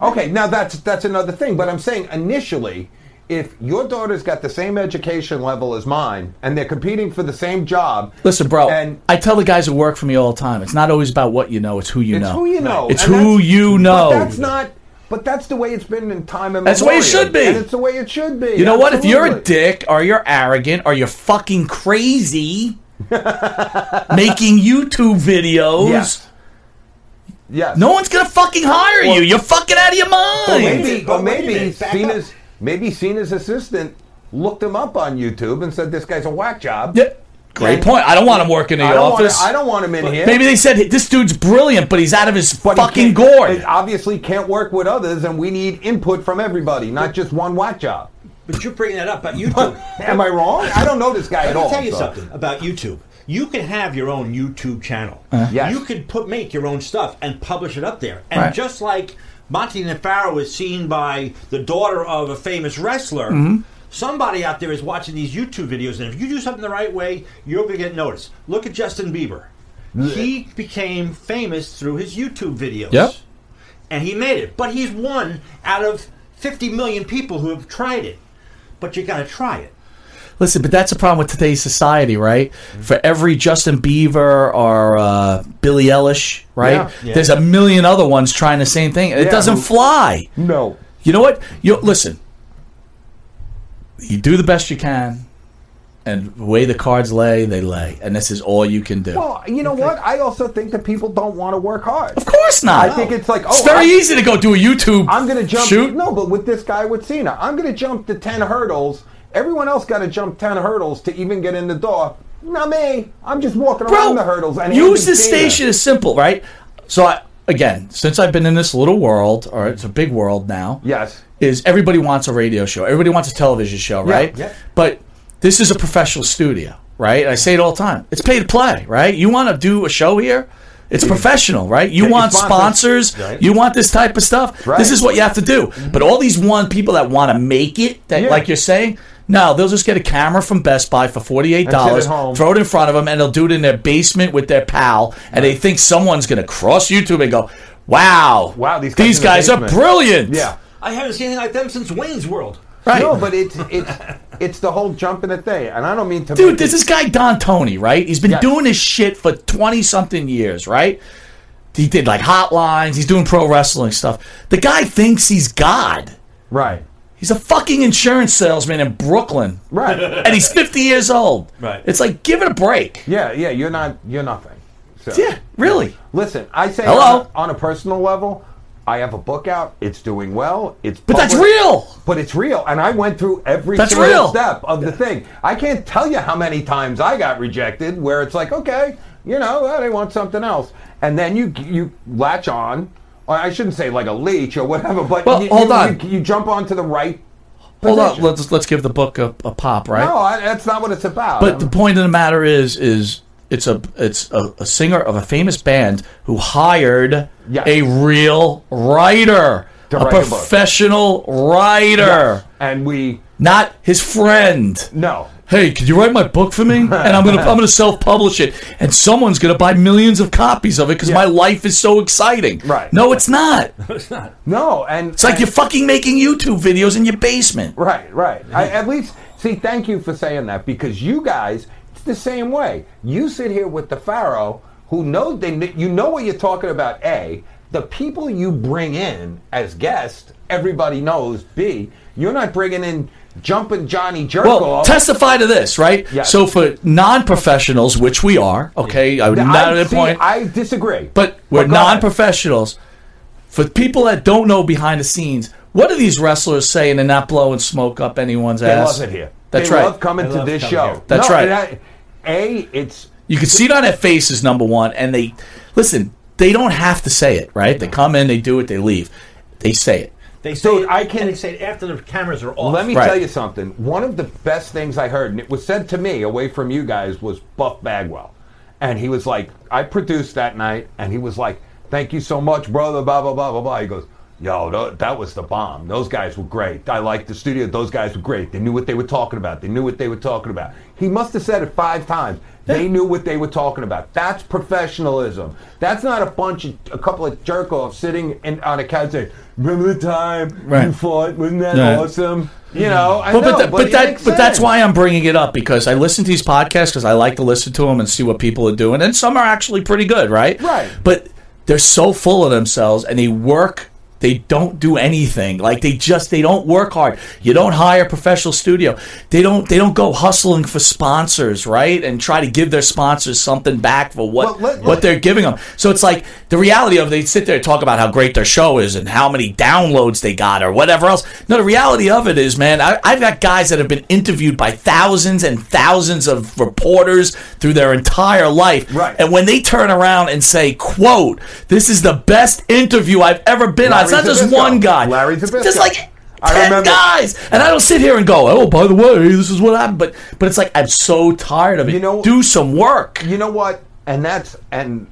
S10: Okay, now that's that's another thing. But I'm saying initially, if your daughter's got the same education level as mine and they're competing for the same job,
S9: Listen, bro, I tell the guys who work for me all the time it's not always about what you know, it's who you
S10: it's
S9: know.
S10: who you know.
S9: It's
S10: and
S9: who
S10: that's-
S9: you know.
S10: But that's not. But that's the way it's been in time and
S9: That's the way it should be.
S10: And it's the way it should be.
S9: you know what? If you're a
S10: Absolutely.
S9: dick or you're arrogant or you're fucking crazy making YouTube videos,
S10: Yes. yes.
S9: no one's going to fucking hire
S10: Well-
S9: you. You're fucking out of your mind.
S10: Or maybe, or
S9: But wait a
S10: maybe
S9: minute, back
S10: Cena's maybe Cena's assistant looked him up on YouTube and said this guy's a whack job.
S9: Great point. I don't want him working in
S10: I
S9: the
S10: don't wanna-
S9: office.
S10: I don't want him in here.
S9: Maybe they said this dude's brilliant, but he's out of his fucking gourd.
S10: It obviously can't work with others, and we need input from everybody, not just one whack job.
S1: But you're bringing that up about YouTube.
S10: Am I wrong? I don't know this guy
S1: Let
S10: at
S1: me
S10: all.
S1: tell you
S10: so-
S1: something about YouTube. You can have your own YouTube channel.
S10: Uh-huh. Yes.
S1: You could put make your own stuff and publish it up there. And
S10: Right.
S1: just like Monty Nefaro is seen by the daughter of a famous wrestler,
S10: Mm-hmm.
S9: Mhm.
S1: somebody out there is watching these YouTube videos, and if you do something the right way, you're going to get noticed. Look at Justin Bieber. He became famous through his YouTube videos
S9: Yep.
S1: and he made it. But he's one out of 50 million people who have tried it. But you got to try it.
S9: Listen, but that's the problem with today's society, right?
S10: Mm-hmm.
S9: For every Justin Bieber or uh, Billie Eilish, right?
S10: Yeah. Yeah.
S9: There's a million other ones trying the same thing, and it
S10: Yeah,
S9: doesn't
S10: who-
S9: fly.
S10: No.
S9: You know what? You listen. you do the best you can, and the way the cards lay, they lay, and this is all you can do.
S10: Well, you know what? I also think that people don't want to work hard. Of
S9: course not.
S10: I think it's like, oh,
S9: it's very
S10: I-
S9: easy to go do a YouTube.
S10: I'm going to jump.
S9: Shoot.
S10: No, but with this guy with Cena, I'm going to jump the 10 hurdles. Everyone else got to jump 10 hurdles to even get in the door. Not me. I'm just walking around the hurdles. And
S9: Use
S10: hitting
S9: this
S10: Cena.
S9: station is simple, right? So I, again, since I've been in this little world, or it's a big world now.
S10: Yes.
S9: Is everybody wants a radio show? Everybody wants a television show,
S10: Yeah,
S9: right?
S10: yeah.
S9: But this is a professional studio, right? I say it all the time. It's pay to play, right? You want to do a show here? It's professional, right? You
S10: Get your
S9: want
S10: sponsors.
S9: sponsors.
S10: Right.
S9: You want this type of stuff.
S10: Right. Mm-hmm.
S9: This is what you have to do. But all these one people that want to make it, that
S10: Yeah.
S9: like you're saying, no, they'll just get a camera from Best Buy for forty eight
S10: And sit at
S9: dollars,
S10: home.
S9: throw it in front of them, and they'll do it in their basement with their pal, and they think someone's going to cross YouTube and go, "Wow, wow, these
S10: guys
S9: guys,
S10: in the
S9: are
S10: basement."
S9: brilliant."
S10: Yeah.
S1: I haven't seen anything like them since Wayne's World.
S10: No, but it's it's it's the whole jumping the thing, and I don't mean to.
S9: Dude,
S10: make
S9: this
S10: it-
S9: is guy Don Tony, right? He's been
S10: Yes.
S9: doing this shit for 20 something years, right? He did like hotlines, he's doing pro wrestling stuff. The guy thinks he's God.
S10: Right.
S9: He's a fucking insurance salesman in Brooklyn.
S10: Right.
S9: And he's 50 years old. Right. It's like, give it a break.
S10: Yeah, yeah. You're not. You're nothing. So,
S9: Yeah, really.
S10: Listen, I say
S9: Hello?
S10: On, on a personal level, I have a book out. It's doing well. It's
S9: But that's
S10: published,
S9: real.
S10: But it's real, and I went through every
S9: That's
S10: single
S9: real.
S10: step of the thing. I can't tell you how many times I got rejected. Where it's like, okay, you know, well, they want something else, and then you you latch on. Or I shouldn't say like a leech or whatever, but
S9: Well,
S10: you,
S9: hold
S10: you-
S9: on.
S10: you, you jump onto the right.
S9: Hold on,
S10: position.
S9: let's, let's give the book a, a pop, right?
S10: No, I, that's not what it's about.
S9: But the point of the matter is, is it's a it's a, a singer of a famous band who hired a real writer,
S10: To
S9: a
S10: write the book.
S9: professional writer,
S10: Yes, and we
S9: not his friend.
S10: No.
S9: Hey, could you write my book for me? And I'm gonna I'm gonna self publish it, and someone's gonna buy millions of copies of it because my life is so exciting. Right? No, it's not.
S1: it's not.
S10: No, and
S9: It's like you're fucking making YouTube videos in your basement.
S10: Right, right. I, at least, see, thank you for saying that because you guys, it's the same way. You sit here with the Pharaoh who know they, kn- you know what you're talking about. A, the people you bring in as guests, everybody knows. B, you're not bringing in jumping Johnny Jerkoff.
S9: Well, testify to this, right?
S10: Yes.
S9: So for non-professionals, which we are, okay, I would
S10: I-
S9: not at the
S10: see,
S9: point,
S10: I disagree.
S9: but we're
S10: But go ahead.
S9: non-professionals. For people that don't know behind the scenes, what do these wrestlers saying and not blowing smoke up anyone's
S10: They
S9: ass?
S10: love it here.
S9: That's
S10: They
S9: right.
S10: love coming to this show.
S9: That's
S10: No,
S9: right.
S10: and I- A, it's
S9: You can see it on their faces, number one, and they listen. They don't have to say it, right? They come in, they do it, they leave. They say it.
S1: They say it, I can. And they say it after the cameras are off.
S10: Let me
S9: Right.
S10: tell you something. One of the best things I heard, and it was said to me away from you guys, was Buff Bagwell. And he was like, I produced that night, and he was like, Thank you so much, brother, blah, blah, blah, blah, blah. He goes, Yo, tho- that was the bomb. Those guys were great. I liked the studio. Those guys were great. They knew what they were talking about. They knew what they were talking about. He must have said it five times. They knew what they were talking about. That's professionalism. That's not a bunch of a couple of jerk offs sitting in, on a couch saying, "Remember the time you
S9: Right.
S10: fought? Wasn't that
S9: Yeah.
S10: awesome?" You know, I
S9: but,
S10: know,
S9: but, that,
S10: but,
S9: but,
S10: it
S9: that,
S10: makes
S9: but that's
S10: sense.
S9: why I'm bringing it up because I listen to these podcasts because I like to listen to them and see what people are doing, and some are actually pretty good, right?
S10: Right.
S9: But they're so full of themselves and they work. They don't do anything. Like they just they don't work hard. You don't hire a professional studio. They don't they don't go hustling for sponsors, right? And try to give their sponsors something back for what
S10: Well, let-
S9: what they're giving them. So it's like the reality of they sit there and talk about how great their show is and how many downloads they got or whatever else. No, the reality of it is, man, I, I've got guys that have been interviewed by thousands and thousands of reporters through their entire life. Right. And when they turn around and say, quote, this is the best interview I've ever been on. It's not
S10: Larry
S9: just
S10: Zbyszko.
S9: one guy.
S10: Larry
S9: It's
S10: Zbyszko.
S9: Just like
S10: I
S9: ten
S10: remember-
S9: guys. And I don't sit here and go, oh, by the way, this is what happened. But but it's like I'm so tired of it. You know, do some work.
S10: You know what? And that's and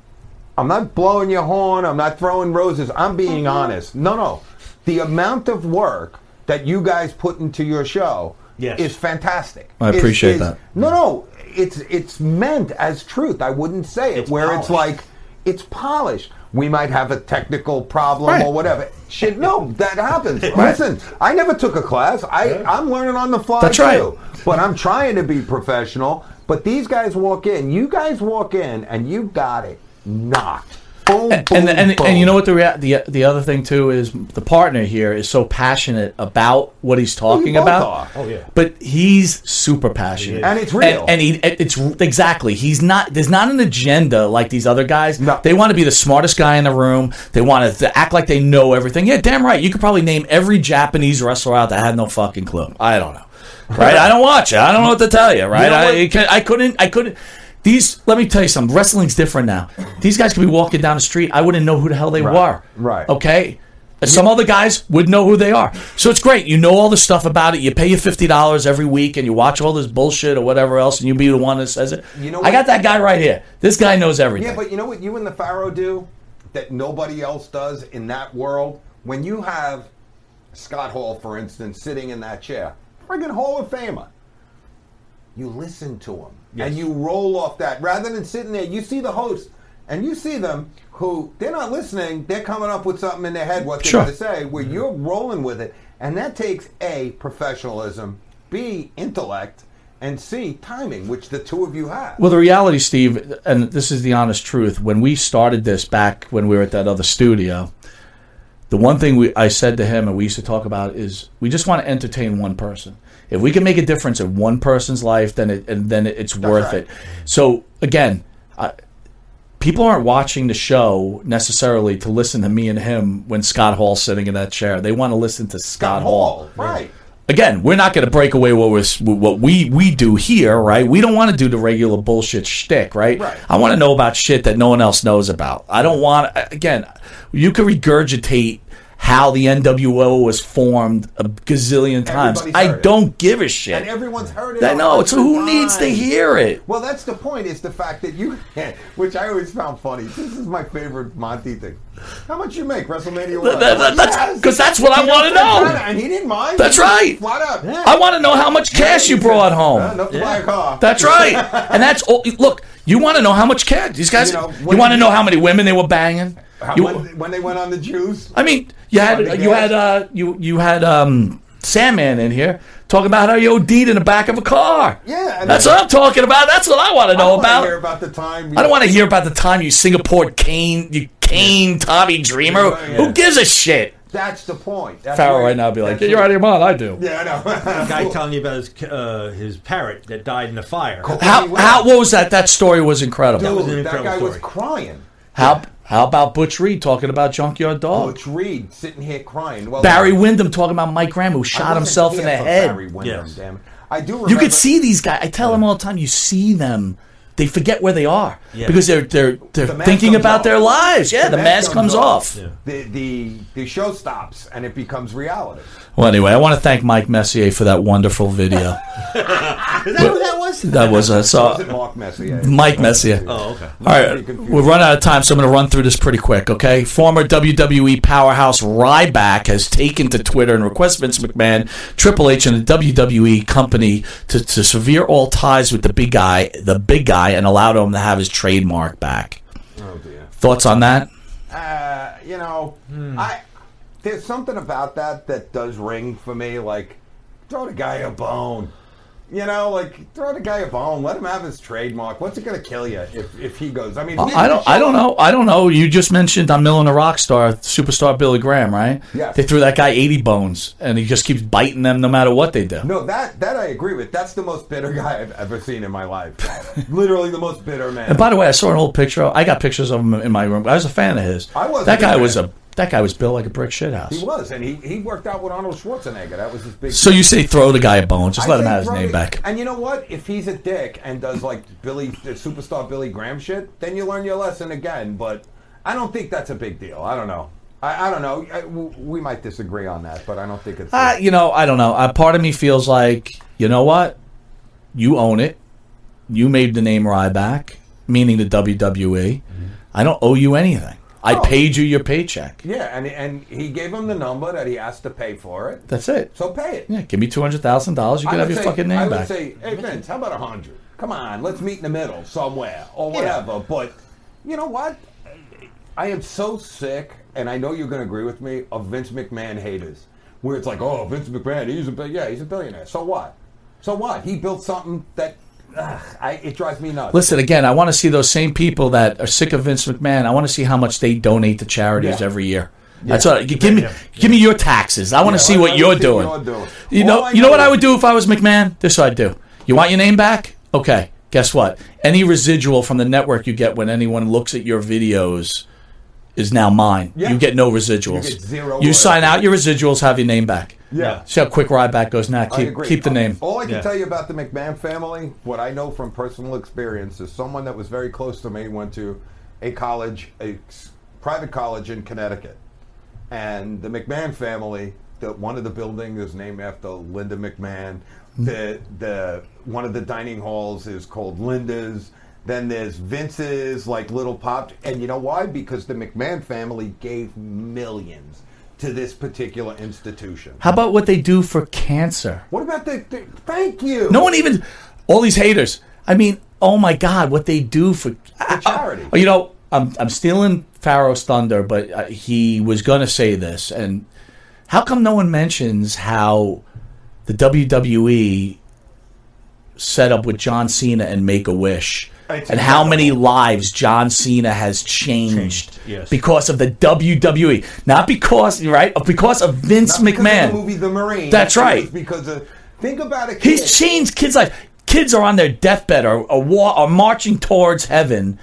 S10: I'm not blowing your horn. I'm not throwing roses. I'm being honest. No, no. The amount of work that you guys put into your show
S9: Yes.
S10: is fantastic.
S9: I
S10: Is-
S9: appreciate
S10: is-
S9: that.
S10: No, no. It's it's meant as truth. I wouldn't say it where it's like it's polished. We might have a technical problem or whatever. Shit, no, that happens. Listen, I never took a class. I I'm learning on the fly
S9: That's
S10: too.
S9: right.
S10: But I'm trying to be professional. But these guys walk in. You guys walk in, and you got it knocked.
S9: and, and, and, and you know what the, rea- the the other thing too is the partner here is so passionate about what he's talking
S10: both
S9: about.
S10: are. Oh, yeah.
S9: But he's super passionate,
S10: He is. And it's real.
S9: And, he it- it's exactly he's not there's not an agenda like these other guys. They want to be the smartest guy in the room. They want to act like they know everything. Yeah, damn right. You could probably name every Japanese wrestler out that had no fucking clue. I don't know. Right? I don't watch it. I don't know what to tell you. Right?
S6: You know
S9: I,
S6: what?
S9: it can- I couldn't. I couldn't. These. Let me tell you something. Wrestling's different now. These guys could be walking down the street. I wouldn't know who the hell they were. Right. Okay. Some other guys would know who they are. So it's great. You know all the stuff about it. You pay your fifty dollars every week, and you watch all this bullshit or whatever else, and you be the one that says it.
S10: You know
S9: I got
S10: what?
S9: that guy right here. This guy knows everything.
S10: Yeah, but you know what you and the Pharaoh do that nobody else does in that world? When you have Scott Hall, for instance, sitting in that chair, friggin' Hall of Famer, you listen to him and you roll off that rather than sitting there. You see the host and you see them who they're not listening, they're coming up with something in their head what they're
S9: Sure. Mm-hmm.
S10: going to say, where you're rolling with it. And that takes A, professionalism, B, intellect, and C, timing, which the two of you have.
S9: Well, the reality, Steve, and this is the honest truth. When we started this back when we were at that other studio, the one thing we I said to him and we used to talk about is we just want to entertain one person. If we can make a difference in one person's life, then it and then it's worth
S10: right.
S9: it. So again, I, people aren't watching the show necessarily to listen to me and him when Scott Hall's sitting in that chair. They want to listen to Scott, Hall.
S10: Right.
S9: again, we're not going to break away what was what we we do here, right? We don't want to do the regular bullshit shtick, right?
S10: Right.
S9: I want to know about shit that no one else knows about. I don't want again. You can regurgitate how the NWO was formed a gazillion times.
S10: Everybody's
S9: I
S10: heard it.
S9: don't give a shit.
S10: And "Oh, everyone's heard it.
S9: That-
S10: a
S9: no, it's
S10: hundred
S9: who needs to
S10: times.
S9: hear it?
S10: Well, that's the point. Is the fact that you, which I always found funny. This is my favorite Monty thing. How much you make WrestleMania? one?
S9: that- that- that's-
S10: Yes.
S9: 'cause that's what I
S10: He just
S9: wanna
S10: said
S9: know.
S10: that, And he didn't mind.
S9: That's
S10: He just
S9: right.
S10: Flat out.
S9: I want to know how much cash you brought home.
S10: Yeah, "Uh, enough to buy a car.
S9: That's right. and that's all. Look, you want to know how much cash these guys.
S10: You
S9: You,
S10: know, when
S9: want to
S10: you-
S9: know how many women they were banging.
S10: How-
S9: You-
S10: when, when they went on the juice.
S9: I mean, you
S10: Money
S9: had you
S10: gas.
S9: had uh, you you had um, Sandman in here talking about how you OD'd in the back of a car.
S10: Yeah, and
S9: that's
S10: then-
S9: what I'm talking about. That's what I want to
S10: I
S9: know
S10: wanna
S9: about.
S10: hear about the time.
S9: I don't want to hear about the time you Singapore Kane you Kane Tommy Dreamer. Who gives a shit?
S10: That's the point. That's
S9: Farrell
S10: where-
S9: right now would be like,
S10: that's
S9: "You're
S10: where-
S9: out of your mind." I do.
S10: Yeah, I know.
S1: The guy telling you about his uh, his parrot that died in the fire.
S9: How how what was that? That story was incredible.
S1: That was an
S10: that
S1: incredible
S10: guy was
S1: story.
S10: crying.
S9: How how about Butch Reed talking about Junkyard Dog?
S10: Butch Reed sitting here crying. Well,
S9: Oh. Barry Windham talking about Mike Graham who
S10: I
S9: shot
S10: wasn't
S9: himself in
S10: here
S9: the
S10: for
S9: head.
S10: Barry Windham, damn it. I do. Remember,
S9: You could see these guys. I tell them all the time. You see them. They forget where they are
S10: Yeah.
S9: because they're they're they're
S10: The mask
S9: thinking
S10: comes
S9: about
S10: off.
S9: their lives. Yeah, the, mask, comes off.
S10: The, the the show stops and it becomes reality.
S9: Well, anyway, I want to thank Mike Messier for that wonderful video.
S10: Is
S9: that who that was? That was uh, us.
S10: Was it Mark Messier?
S9: Mike Messier.
S10: Oh, okay.
S9: All right, we've run out of time, so I'm going to run through this pretty quick, okay? Former WWE powerhouse Ryback has taken to Twitter and requests Vince McMahon, Triple H, and the WWE company to, to sever all ties with the big guy, the big guy, and allowed him to have his trademark back.
S10: Oh dear.
S9: Thoughts on that?
S10: Uh, you know, I there's something about that that does ring for me. Like, throw the guy a bone. You know, like throw the guy a bone. Let him have his trademark. What's it going to kill you if, if he goes? I mean, we-
S9: Uh, I don't. I don't know. I don't know. You just mentioned on Mill and a Rock Star, superstar Billy Graham, right?
S10: Yes.
S9: They threw that guy 80 bones, and he just keeps biting them no matter what they do.
S10: No, that that I agree with. That's the most bitter guy I've ever seen in my life. Literally the most bitter man.
S9: And by the way, I saw an old picture. I got pictures of him in my room. I was a fan of his.
S10: I was a
S9: That
S10: big
S9: guy
S10: fan.
S9: was a. That guy was built like a brick shit house.
S10: He was, and he, he worked out with Arnold Schwarzenegger. That was his big.
S9: So you say throw the guy a bone? Just
S10: I
S9: let him
S10: think
S9: have his
S10: throw
S9: name
S10: the-
S9: back.
S10: And you know what? If he's a dick and does like Billy, the superstar Billy Graham shit, then you learn your lesson again. But I don't think that's a big deal. I don't know. I, I don't know. I, w- we might disagree on that, but I don't think it's.
S9: Uh, you know, I don't know. Uh, part of me feels like you know what, you own it. You made the name Ryback, meaning the WWE.
S10: Mm-hmm.
S9: I don't owe you anything.
S10: Oh.
S9: I paid you your paycheck.
S10: yeah, and and he gave him the number that he asked to pay for it.
S9: That's it.
S10: So pay it.
S9: Yeah, give me two hundred thousand dollars. You
S10: I
S9: can have
S10: would
S9: your
S10: say-
S9: fucking
S10: I
S9: name
S10: would
S9: back.
S10: say, hey Vince, how about a hundred? Come on, let's meet in the middle somewhere or whatever. But you know what? I am so sick, and I know you're going to agree with me of Vince McMahon haters, where it's like, oh, Vince McMahon, he's a bi- yeah, he's a billionaire. So what? So what? He built something that ugh, I, it drives me nuts.
S9: Listen again. I want to see those same people that are sick of Vince McMahon. I want to see how much they donate to charities
S10: Yeah.
S9: every year.
S10: Yeah.
S9: That's what. Give me, give me your taxes. I want
S10: Yeah,
S9: to see
S10: I-
S9: what
S10: I
S9: you're
S10: wanna see what
S9: doing.
S10: you're doing.
S9: You
S10: All
S9: know,
S10: I
S9: you know what
S10: know
S9: I would do if I was McMahon. This I'd do. You want your name back? Okay. Guess what? Any residual from the network you get when anyone looks at your videos is now mine. You get no residuals.
S10: You get zero
S9: You
S10: royalties.
S9: sign out your residuals, have your name back.
S10: Yeah.
S9: See how quick Ryback goes now.
S10: I
S9: Keep
S10: agree.
S9: keep the name.
S10: All I can tell you about the McMahon family, what I know from personal experience, is someone that was very close to me went to a college, a s- private college in Connecticut, and the McMahon family. The, one of the buildings is named after Linda McMahon.
S9: Hmm.
S10: The the one of the dining halls is called Linda's. Then there's Vince's, like Little Pop, and you know why? Because the McMahon family gave millions to this particular institution.
S9: How about what they do for cancer?
S10: What about the, the thank you?
S9: No one even all these haters. I mean, oh my God, what they do for charity? you know, I'm I'm stealing Pharaoh's thunder, but uh, he was gonna say this, and how come no one mentions how the WWE set up with John Cena and Make a Wish?
S1: It's
S9: and how many lives John Cena has changed,
S1: yes.
S9: because of the WWE, not because right, because of Vince
S10: Not because
S9: McMahon.
S10: of the movie The Marine.
S9: That's
S10: It was
S9: right.
S10: Because of, think about it.
S9: He's changed kids' life. Kids are on their deathbed or, or, wa- or marching towards heaven,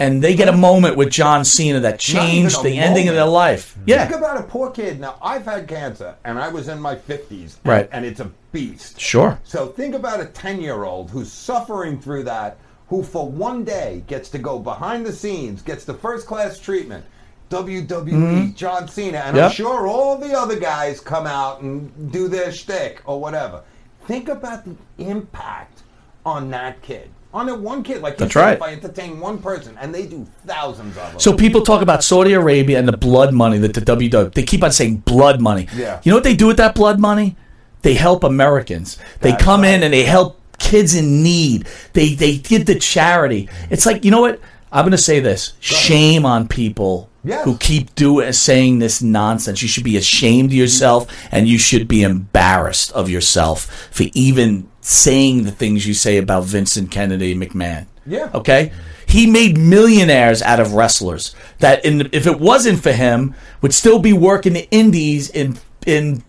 S9: and they get a moment with John Cena that changed
S10: a
S9: the ending of
S10: moment.
S9: their life. Yeah,
S10: Think about a poor kid. Now I've had cancer, and I was in my fifties.
S9: Right.
S10: And it's a beast.
S9: Sure.
S10: So think about a ten-year-old who's suffering through that, who for one day gets to go behind the scenes, gets the first-class treatment. WWE,
S9: Mhm.
S10: John Cena, and
S9: Yep.
S10: I'm sure all the other guys come out and do their shtick or whatever. Think about the impact on that kid, on that one kid. Like you
S9: That's
S10: said,
S9: right.
S10: If I entertain one person, and they do thousands of them.
S9: So people talk about Saudi Arabia and the blood money that the WWE. They keep on saying blood money.
S10: Yeah.
S9: You know what they do with that blood money? They help Americans. They come in and they help kids in need. They they give to charity. It's like you know what? I'm going to say this. Shame on people who keep doing saying this nonsense. You should be ashamed of yourself and you should be embarrassed of yourself for even saying the things you say about Vincent Kennedy McMahon.
S10: Yeah.
S9: Okay? He made millionaires out of wrestlers that in, if it wasn't for him would still be working the indies in in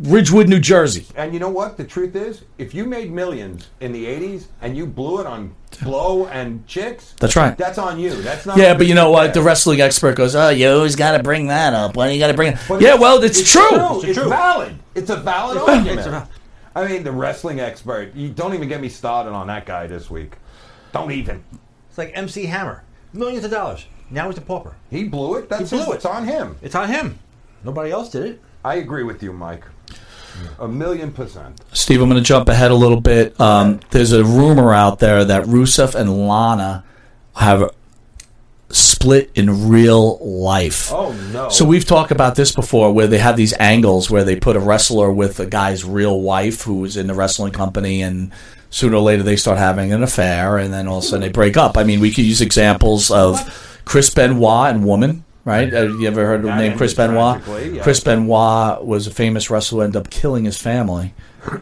S9: Ridgewood, New Jersey.
S10: And you know what? The truth is, if you made millions in the '80s and you blew it on blow and chicks,
S9: That's right.
S10: That's on you. That's not.
S9: Yeah, but you know what? The wrestling expert goes, "Oh, you always got to bring that up. Why do you got to bring it?"
S10: But
S9: yeah, well, it's, true.
S10: It's, valid. It's a valid
S9: It's valid.
S10: argument.
S9: It's a-
S10: I mean, the wrestling expert. You don't even get me started on that guy this week. Don't even.
S1: It's like MC Hammer, millions of dollars. Now he's a pauper.
S10: He blew it. That's
S1: he blew
S10: his-
S1: it.
S10: It's on him.
S1: It's on him. Nobody else did it.
S10: I agree with you, Mike. A million percent.
S9: Steve, I'm going to jump ahead a little bit. Um, there's a rumor out there that Rusev and Lana have split in real life.
S10: Oh no!
S9: So we've talked about this before, where they have these angles where they put a wrestler with a guy's real wife who was in the wrestling company, and sooner or later they start having an affair, and then all of a sudden they break up. I mean, we could use examples of Chris Benoit and Woman, right? Uh, you ever heard the name Chris Benoit?
S10: tragically, yeah.
S9: Chris Benoit was a famous wrestler, who ended up killing his family,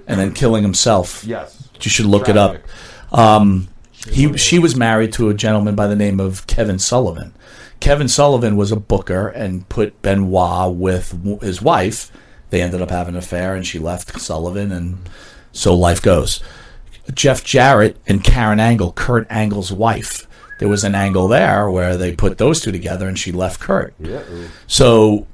S9: and then killing himself.
S10: Yes.
S9: you should look
S10: Tragic.
S9: it up. Um, he she was married to a gentleman by the name of Kevin Sullivan. Kevin Sullivan was a booker and put Benoit with w- his wife. They ended up having an affair, and she left Sullivan, and so life goes. Jeff Jarrett and Karen Angle, Kurt Angle's wife. There was an angle there where they put those two together, and she left Kurt.
S10: Yeah.
S9: So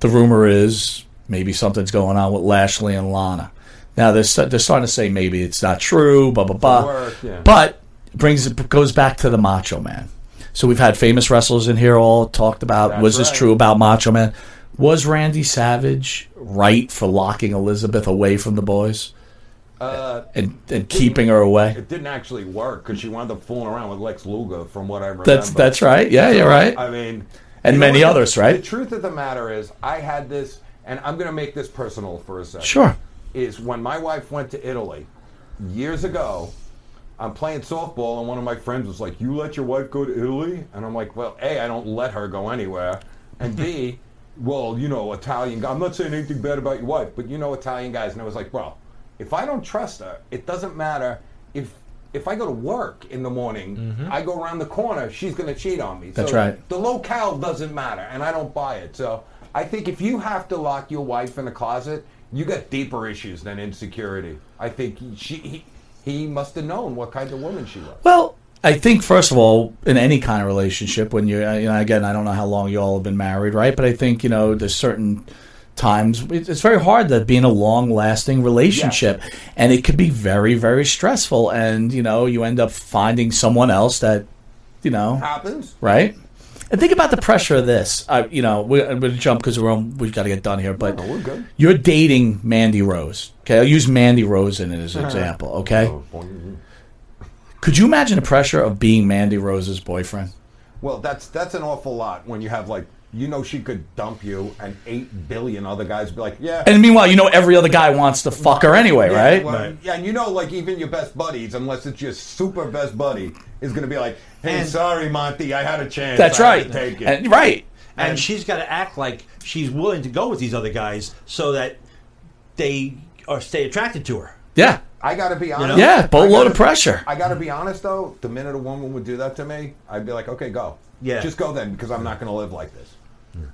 S9: the rumor is maybe something's going on with Lashley and Lana. Now they're, sta- they're starting to say maybe it's not true, blah blah blah.
S10: work, yeah.
S9: But it brings it goes back to the Macho Man. So we've had famous wrestlers in here all talked about
S10: That's
S9: was this
S10: right.
S9: true about Macho Man? Was Randy Savage right for locking Elizabeth away from the boys
S10: Uh,
S9: and and keeping her away?
S10: It didn't actually work because she wound up fooling around with Lex Luger, from what I remember.
S9: That's that's right. Yeah, you're right.
S10: I mean,
S9: And
S10: you know
S9: many
S10: what?
S9: others,
S10: The
S9: right?
S10: truth of the matter is, I had this, and I'm going to make this personal for a second.
S9: Sure.
S10: Is when my wife went to Italy years ago. I'm playing softball, and one of my friends was like, "You let your wife go to Italy?" And I'm like, "Well, a, I don't let her go anywhere, and b, well, you know, Italian. guy- I'm not saying anything bad about your wife, but you know, Italian guys." And I was like, "Well, if I don't trust her, it doesn't matter if if I go to work in the morning, I go around the corner, she's going to cheat on me.
S9: Mm-hmm. That's
S10: so
S9: right.
S10: The locale doesn't matter, and I don't buy it. So I think if you have to lock your wife in a closet, you got deeper issues than insecurity. I think he- she, he, he must have known what kind of woman she was.
S9: Well, I think first of all, in any kind of relationship, when you're you know, again, I don't know how long you all have been married, right? But I think you know there's certain times it- it's very hard to be in a long-lasting relationship, and it could be very, very stressful, and you know you end up finding someone else that you know
S10: happens,
S9: right? And think about the pressure of this. I, you know, we're, I'm going to jump because we're on, we've got to get done here. But
S10: we're good.
S9: you're dating Mandy Rose. Okay, I'll use Mandy Rose in it as an example. Okay, could you imagine the pressure of being Mandy Rose's boyfriend?
S10: Well, that's that's an awful lot when you have like you know she could dump you and eight billion other guys be like yeah.
S9: And meanwhile, you know every other guy wants to fuck her anyway,
S10: Yeah,
S9: right?
S10: well, Yeah, and you know, like even your best buddies, unless it's your super best buddy, is going to be like, "Hey,
S1: And-
S10: sorry, Monty, I had a chance.
S9: That's
S10: I had to
S9: right.
S10: take it.
S9: And- right.
S1: And, she's got to act like she's willing to go with these other guys so that they are stay attracted to her.
S9: Yeah.
S10: I got to be honest.
S9: know? Yeah, boatload
S10: I gotta-
S9: of pressure.
S10: I got to be honest though. The minute a woman would do that to me, I'd be like, "Okay, go.
S1: Yeah.
S10: just go then, because I'm not going to live like this."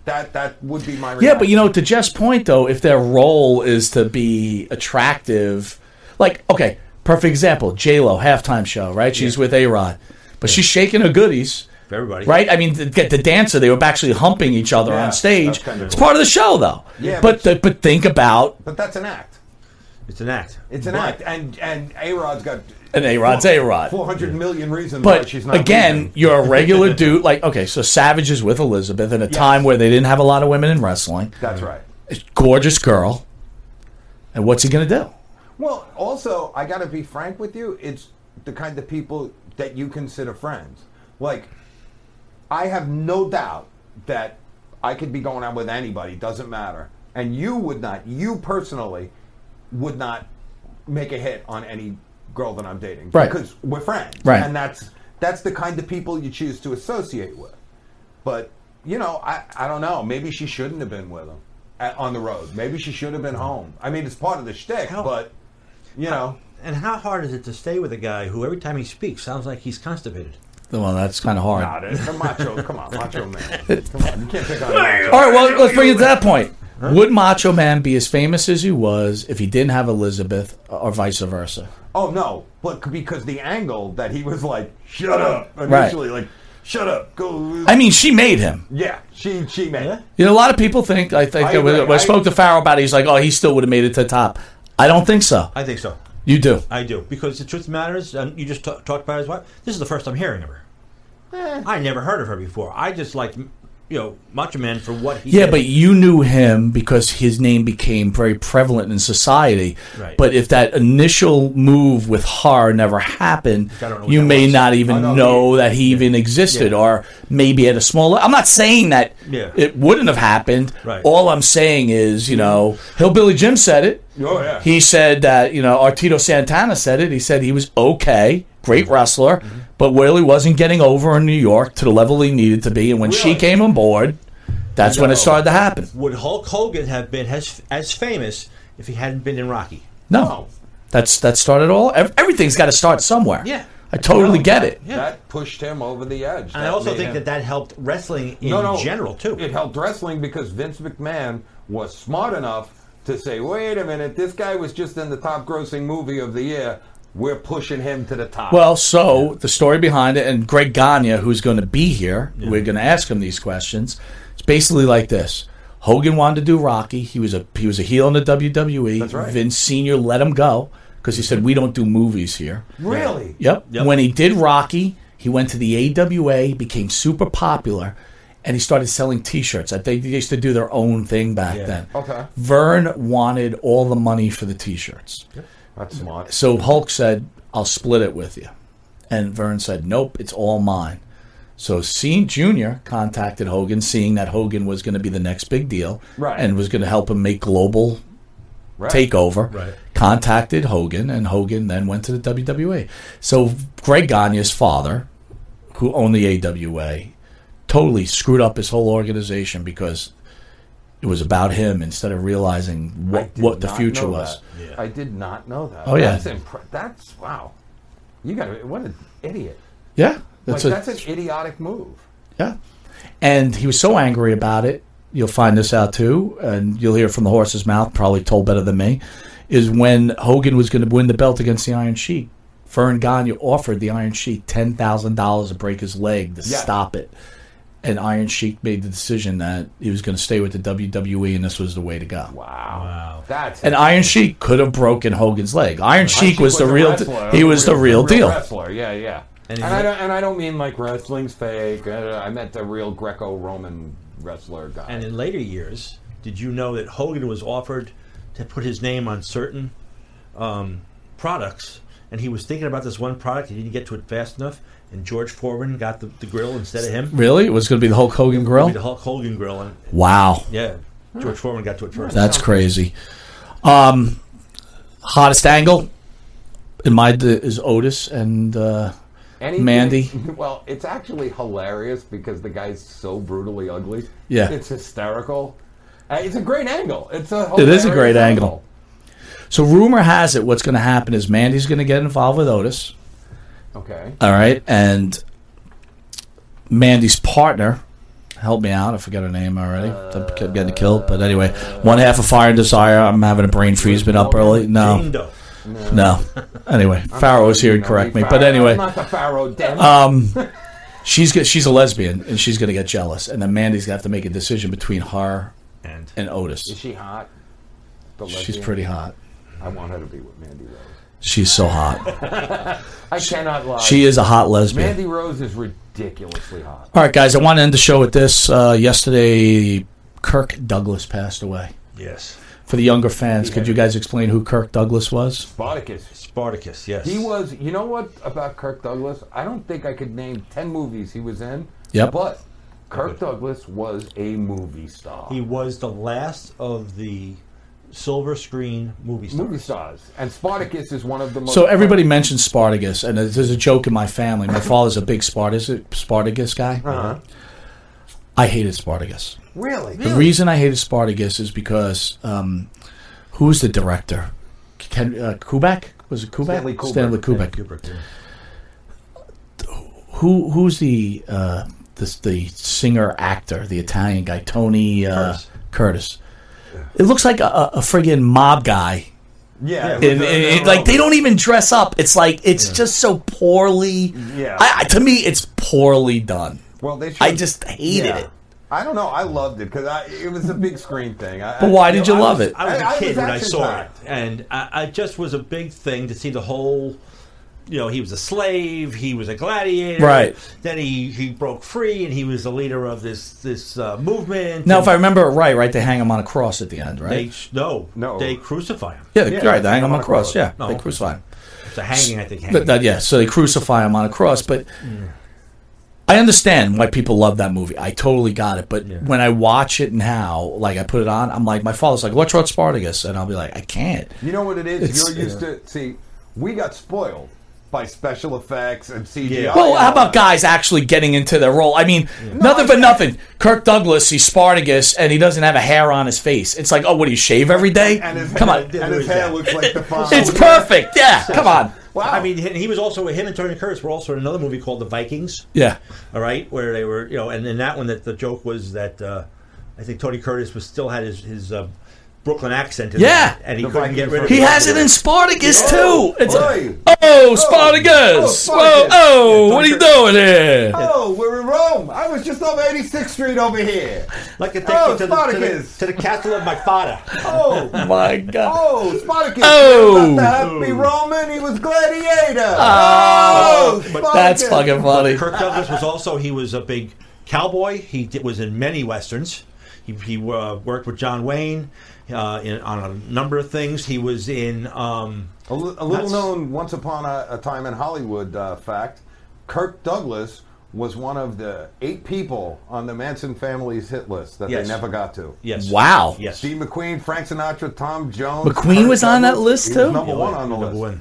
S10: That that would be my
S9: Yeah, but you know, to Jeff's point though, if their role is to be attractive, like okay, perfect example, J Lo halftime show, right? She's with A Rod, but she's shaking her goodies.
S1: For everybody.
S9: Right, I mean, the, get the dancer. They were actually humping each other
S1: Yeah,
S9: on stage.
S1: that's kinda
S9: it's
S1: cool.
S9: part of the show, though.
S10: Yeah,
S9: but but, but think about
S10: But that's an act.
S1: It's an act.
S10: It's an act, and and A Rod's got
S9: an A Rod's A Rod.
S10: four hundred million reasons why
S9: But
S10: she's not.
S9: again,
S10: leaving.
S9: you're a regular dude. Like, okay, so Savage is with Elizabeth in a time where they didn't have a lot of women in wrestling.
S10: That's right.
S9: Gorgeous girl. And what's he going to do?
S10: Well, also, I got to be frank with you. It's the kind of people that you consider friends. Like, I have no doubt that I could be going out with anybody, doesn't matter. And you would not, you personally, would not make a hit on any girl that I'm dating.
S9: Right.
S10: Because we're friends.
S9: Right.
S10: And that's that's the kind of people you choose to associate with. But, you know, I, I don't know. Maybe she shouldn't have been with him at, on the road. Maybe she should have been home. I mean, it's part of the shtick, but, you know.
S1: And how hard is it to stay with a guy who every time he speaks sounds like he's constipated?
S9: Well, that's kind of hard.
S10: Nah, that's a macho. Come on, macho man. Come on, you can't pick on a macho.
S9: All right, well, let's bring it to that point. Would Macho Man be as famous as he was if he didn't have Elizabeth, uh, or vice versa?
S10: Oh no, but because the angle that he was like, shut up
S9: Right.
S10: initially, like, shut up, go.
S9: I mean, she made him.
S10: yeah, she she made it.
S9: You know, a lot of people think. I think
S10: I
S9: that when,
S10: agree,
S9: when I
S10: I-
S9: spoke to Farrell about it, he's like, "Oh, he still would have made it to the top." I don't think so.
S1: I think so.
S9: You do.
S1: I do because the truth matters, and you just ta- talked about his wife. This is the first I'm hearing of her.
S10: Eh.
S1: I never heard of her before. I just liked, you know, Macho Man for what he.
S9: Yeah,
S1: did.
S9: but you knew him because his name became very prevalent in society.
S1: Right.
S9: But if that initial move with her never happened,
S1: I don't know what
S9: you
S1: that
S9: may
S1: was.
S9: not even
S1: Oh, no,
S9: know that he even existed,
S1: Yeah.
S9: or maybe at a smaller. I'm not saying that
S1: Yeah.
S9: it wouldn't have happened.
S1: Right.
S9: All I'm saying is, you know, Hillbilly Jim said it.
S10: Oh, yeah.
S9: He said that you know Artito Santana said it. He said he was okay, great
S1: Mm-hmm.
S9: wrestler, but really wasn't getting over in New York to the level he needed to be. And when she came on board, that's when it
S1: No.
S9: started to happen.
S1: Would Hulk Hogan have been as as famous if he hadn't been in Rocky?
S9: No, that's that started all. ev- Everything's got to start somewhere.
S1: Yeah.
S9: I totally get it.
S10: That pushed him over the edge.
S1: And I also think that that helped wrestling in general too.
S10: It helped wrestling because Vince McMahon was smart enough to say, wait a minute, this guy was just in the top grossing movie of the year. We're pushing him to the top.
S9: Well, so the story behind it, and Greg Gagne, who's going to be here, we're going to ask him these questions. It's basically like this: Hogan wanted to do Rocky. He was a he was a heel in the WWE.
S10: That's right.
S9: Vince Senior let him go because he said we don't do movies here.
S10: really?
S9: Yep. When he did Rocky, he went to the AWA, became super popular, and he started selling T-shirts. I think they used to do their own thing back then.
S10: Okay.
S9: Vern wanted all the money for the T-shirts,
S10: That's smart.
S9: so Hulk said, "I'll split it with you," and Vern said, "Nope, it's all mine." So Sean Jr. contacted Hogan, seeing that Hogan was going to be the next big deal
S10: Right.
S9: and was going to help him make global
S10: Right.
S9: takeover.
S10: Right.
S9: Contacted Hogan, and Hogan then went to the WWE. So Greg Gagne's father, who owned the AWA, totally screwed up his whole organization because it was about him instead of realizing
S10: I
S9: what
S10: did
S9: what the
S10: not
S9: future
S10: know
S9: was.
S10: that. I did not know that.
S9: Oh, yeah.
S10: That's, impre- that's wow. You got to what an idiot.
S9: Yeah, that's
S10: like,
S9: a-
S10: that's an idiotic move.
S9: Yeah. And he was so angry about it. You'll find this out too, and you'll hear it from the horse's mouth, probably told better than me, is when Hogan was going to win the belt against the Iron Sheik. Fern Gagne offered the Iron Sheik $10,000 to break his leg to
S12: Yeah.
S9: stop it. And Iron Sheik made the decision that he was going to stay with the WWE, and this was the way to go.
S10: Wow. That's
S9: And Iron Sheik could have broken Hogan's leg. Iron Sheik
S10: Sheik
S9: was the
S10: a
S9: real,
S10: wrestler,
S9: he was the real deal.
S10: Wrestler, yeah, yeah.
S9: And
S10: And,
S9: he's
S10: I
S9: a-
S10: don't, and I don't mean like wrestling's fake. uh, I meant the real Greco-Roman wrestler guy.
S1: And in later years, did you know that Hogan was offered to put his name on certain um, products, and he was thinking about this one product, he didn't get to it fast enough, and George Foreman got the, the grill instead of him.
S9: Really? It was going to be the Hulk Hogan
S1: It'd be
S9: grill?
S1: The Hulk Hogan grill. And,
S9: Wow.
S1: Yeah, George Foreman got to it first.
S9: That's crazy. Um, hottest angle in my d- is Otis and uh,
S10: And he-
S9: Mandy.
S10: Well, it's actually hilarious because the guy's so brutally ugly.
S9: Yeah.
S10: It's hysterical. Uh, it's a great angle. It's a
S9: It is a great
S10: hilarious
S9: angle. So rumor has it what's going to happen is Mandy's going to get involved with Otis.
S10: Okay.
S9: All right, and Mandy's partner, help me out. I forget her name already. I kept getting killed, but anyway, one half of Fire and Desire. I'm having a brain freeze. Been up early.
S10: Jane
S9: No,
S10: Doe.
S9: no. Anyway,
S10: I'm
S9: Pharaoh's here to
S10: not
S9: correct
S10: the
S9: me, but
S10: Pharaoh.
S9: anyway,
S10: I'm not the Pharaoh, damn it.
S9: um, she's go- she's a lesbian and she's gonna get jealous, and then Mandy's gonna have to make a decision between her and Otis.
S10: Is she hot? The
S9: She's
S10: lesbian?
S9: pretty hot.
S10: I want her to be with Mandy Rose.
S9: She's so hot.
S10: I cannot lie.
S9: she is a hot lesbian.
S10: Mandy Rose is ridiculously hot.
S9: All right, guys, I want to end the show with this. Uh, yesterday, Kirk Douglas passed away.
S1: Yes.
S9: For the younger fans, could you guys explain who Kirk Douglas was?
S10: Spartacus.
S1: Spartacus, yes.
S10: He was. You know what about Kirk Douglas? I don't think I could name ten movies he was in.
S9: Yep.
S10: But Kirk Douglas was a movie star.
S1: He was the last of the silver screen movie stars.
S10: Movie stars. And Spartacus is one of the most.
S9: So everybody mentions Spartacus, and there's there's a joke in my family. My father's a big Spartacus, Spartacus guy.
S10: Uh-huh.
S9: I hated Spartacus.
S1: Really?
S9: The reason I hated Spartacus is because um, who was the director? Ken, uh, Kubek? Was it Kubek?
S1: Stanley Kubrick.
S9: Stanley Kubrick. Who who's the uh, this the singer actor the Italian guy Tony uh, Curtis. It looks like a, a a friggin' mob guy.
S1: Yeah,
S9: And- and- and, like they don't even dress up. It's like it's just so poorly.
S10: Yeah.
S9: I, I- to me, it's poorly done.
S10: Well, they.
S9: I just hated
S10: Yeah.
S9: it.
S10: I don't know. I loved it because it was a big screen thing. I,
S9: But
S10: I-
S9: why
S10: you
S9: did
S10: know,
S9: you
S10: I
S9: love
S10: was-
S9: it?
S1: I was a
S10: I
S1: kid
S10: was
S1: when I
S10: action
S1: saw
S10: packed.
S1: it, and I, I just was a big thing to see the whole. You know, he was a slave. He was a gladiator.
S9: Right.
S1: Then he, he broke free, and he was the leader of this this uh, movement.
S9: Now,
S1: and
S9: if I remember it right, right, they hang him on a cross at the end,
S1: they,
S9: right?
S1: no, no, they crucify him.
S9: yeah, they, right. They hang him on a cross. Yeah, they crucify him.
S1: It's a hanging, I think. Hanging.
S9: But that, yeah, so they crucify him on a cross. But I understand why people love that movie. I totally got it. But when I watch it now, like I put it on, I'm like, my father's like, let's watch Spartacus, and I'll be like, I can't.
S10: You know what it is?
S9: It's-
S10: You're used to see. We got spoiled by special effects and CGI.
S9: Well, how about guys actually getting into their role? I mean, nothing but nothing. Kirk Douglas, he's Spartacus, and he doesn't have a hair on his face. It's like, oh, what do you shave every day? Come on,
S10: and his hair looks like the font.
S9: it's perfect. Yeah, come on.
S1: Wow. I mean, he he was also him and Tony Curtis were also in another movie called The Vikings.
S9: Yeah.
S1: All right, where they were, you know, and in that one, that the joke was that uh, I think Tony Curtis was still had his his uh, Brooklyn accent. In
S9: Yeah.
S1: there, and he
S9: The
S1: couldn't get
S9: Vikings
S1: rid of
S9: were- He has it in Spartacus, too. It's-
S1: Oi.
S9: Oh, Spartacus!
S10: Oh,
S9: Whoa,
S10: Spartacus.
S9: oh, what are you doing here?
S10: Oh, we're in Rome. I was just on 86th Street over here.
S1: Like a take
S10: oh,
S1: me to the, to, the,
S10: Spartacus.
S1: to the castle of my father.
S10: Oh,
S9: my God.
S10: Oh, Spartacus.
S9: Oh.
S10: He was not the happy Roman. He was gladiator.
S1: Oh,
S10: Oh,
S1: but-
S9: That's fucking funny.
S1: Kirk Douglas was also he was a big cowboy. He did, was in many westerns. He, he uh, worked with John Wayne uh, in, on a number of things. He was in um,
S10: A, li- a little known once upon a, a time in Hollywood uh, fact Kirk Douglas was one of the eight people on the Manson family's hit list that
S1: Yes.
S10: they never got to.
S1: Yes.
S9: Wow.
S1: Yes.
S10: Steve McQueen, Frank Sinatra, Tom Jones.
S9: McQueen
S10: Kirk
S9: was on that
S10: Douglas.
S9: list
S10: He was
S9: too?
S10: number
S9: Yeah,
S10: one on the
S9: number
S10: list.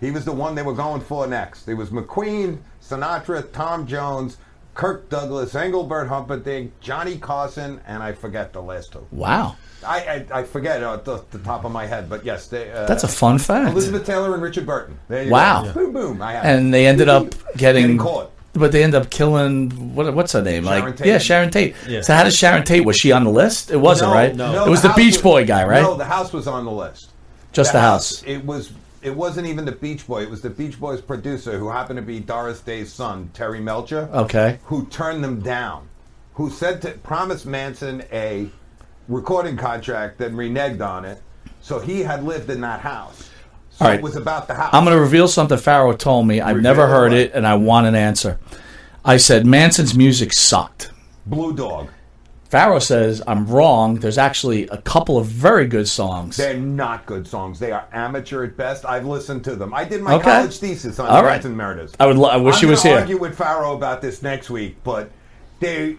S10: He was the one they were going for next. It was McQueen, Sinatra, Tom Jones, Kirk Douglas, Engelbert Humperdinck, Johnny Carson, and I forget the last two.
S9: Wow.
S10: I, I, I forget uh, at the, the top of my head, but yes, they, uh,
S9: That's a fun fact.
S10: Elizabeth Taylor and Richard Burton. There you
S9: Wow.
S10: go. boom, boom. I have
S9: And
S10: it.
S9: they ended up getting,
S10: caught.
S9: But they end up killing what, what's her name? like
S10: Tate.
S9: yeah, Sharon Tate.
S10: Yeah.
S9: So how did Sharon Tate? Was she on the list? It wasn't
S10: No,
S9: right.
S10: no.
S9: It
S10: No,
S9: was the,
S10: the house
S9: Beach
S10: was-
S9: Boy guy, right?
S10: No, the house was on the list.
S9: Just the house.
S10: It was. It wasn't even the Beach Boy. It was the Beach Boys producer, who happened to be Doris Day's son, Terry Melcher.
S9: Okay.
S10: Who turned them down? Who said to promised Manson a recording contract, then reneged on it. So he had lived in that house. So
S9: All right.
S10: it was about the house.
S9: I'm going to reveal something Farrow told me. I've never heard it, and I want an answer. I said Manson's music sucked.
S10: Blue Dog.
S9: Farrow says I'm wrong. There's actually a couple of very good songs.
S10: They're not good songs. They are amateur at best. I've listened to them. I did my
S9: Okay.
S10: college thesis on
S9: All right.
S10: Manson murders.
S9: I would lo- I wish
S10: I'm
S9: he was
S10: gonna
S9: here.
S10: Argue with Farrow about this next week, but they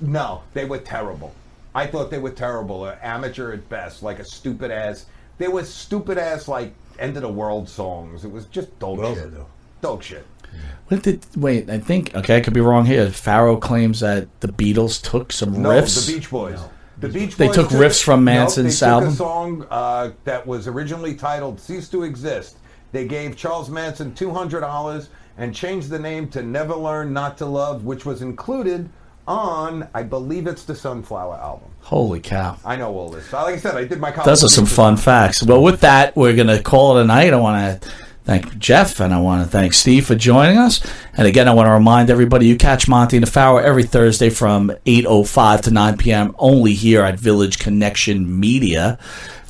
S10: no, they were terrible. I thought they were terrible. They're amateur at best, like a stupid ass. They were stupid ass like end of the world songs. It was just dog shit. Dog shit.
S9: What did wait? I think okay. I could be wrong here. Farrow claims that the Beatles took some
S10: No,
S9: riffs.
S10: the Beach Boys. The Beach
S9: They
S10: Boys
S9: took riffs from
S10: no,
S9: Manson's
S10: they
S9: album?
S10: Took a song uh, that was originally titled "Cease to Exist." They gave Charles Manson two hundred dollars and changed the name to "Never Learn Not to Love," which was included on, I believe, it's the Sunflower album.
S9: Holy cow!
S10: I know all this. Like I said, I did my college.
S9: Those are some
S10: thesis.
S9: fun facts. Well, with that, we're going to call it a night. I want to thank Jeff and I want to thank Steve for joining us. And again, I want to remind everybody you catch Monty and the Farrow every Thursday from 8.05 to 9 p.m. only here at Village Connection Media,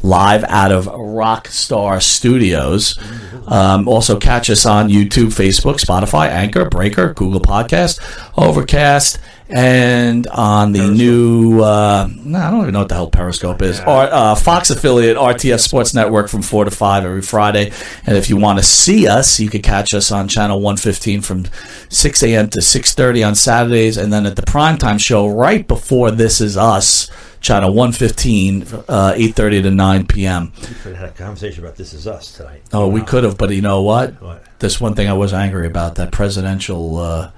S9: live out of Rockstar Studios. Um, also, catch us on YouTube, Facebook, Spotify, Anchor, Breaker, Google Podcast, Overcast. And on the new, uh, no, I don't even know what the hell Periscope is. Or uh, Fox affiliate RTF Sports Network from four to five every Friday. And if you want to see us, you can catch us on channel one fifteen from six a.m. to six thirty on Saturdays, and then at the primetime show right before This Is Us, channel one fifteen, uh, eight thirty to nine p.m.
S1: We could have had a conversation about This Is Us tonight.
S9: Oh, we could have, but you know what?
S1: What?
S9: This one thing I was angry about that presidential uh,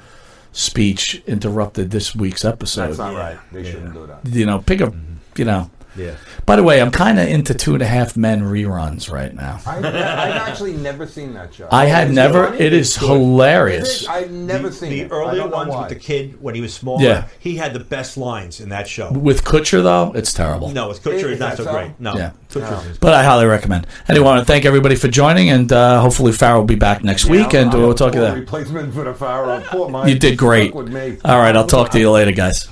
S9: speech interrupted this week's episode.
S10: That's not right. They shouldn't do that.
S9: You know, pick a,
S1: Mm-hmm.
S9: you know.
S10: Yeah.
S9: By the way, I'm kind of into Two and a Half Men reruns right now.
S10: I, I've actually never seen that show.
S9: I had
S10: Is
S9: never.
S10: funny?
S9: It is hilarious.
S10: I've never seen
S1: the
S10: it. I
S1: earlier
S10: don't know
S1: ones
S10: why.
S1: with the kid when he was smaller.
S9: Yeah.
S1: he had the best lines in that show.
S9: With Kutcher though, it's terrible.
S1: no, with Kutcher is not so, great. No,
S9: Yeah.
S1: Kutcher is-
S9: But I highly recommend. Anyway, I want to thank everybody for joining, and uh, hopefully Farrell will be back next week, and uh, we'll talk to
S10: Poor
S9: that.
S10: Replacement for the Pharaoh. Poor Mike.
S9: You did great.
S10: Stuck with me.
S9: All right, I'll talk to you later, guys.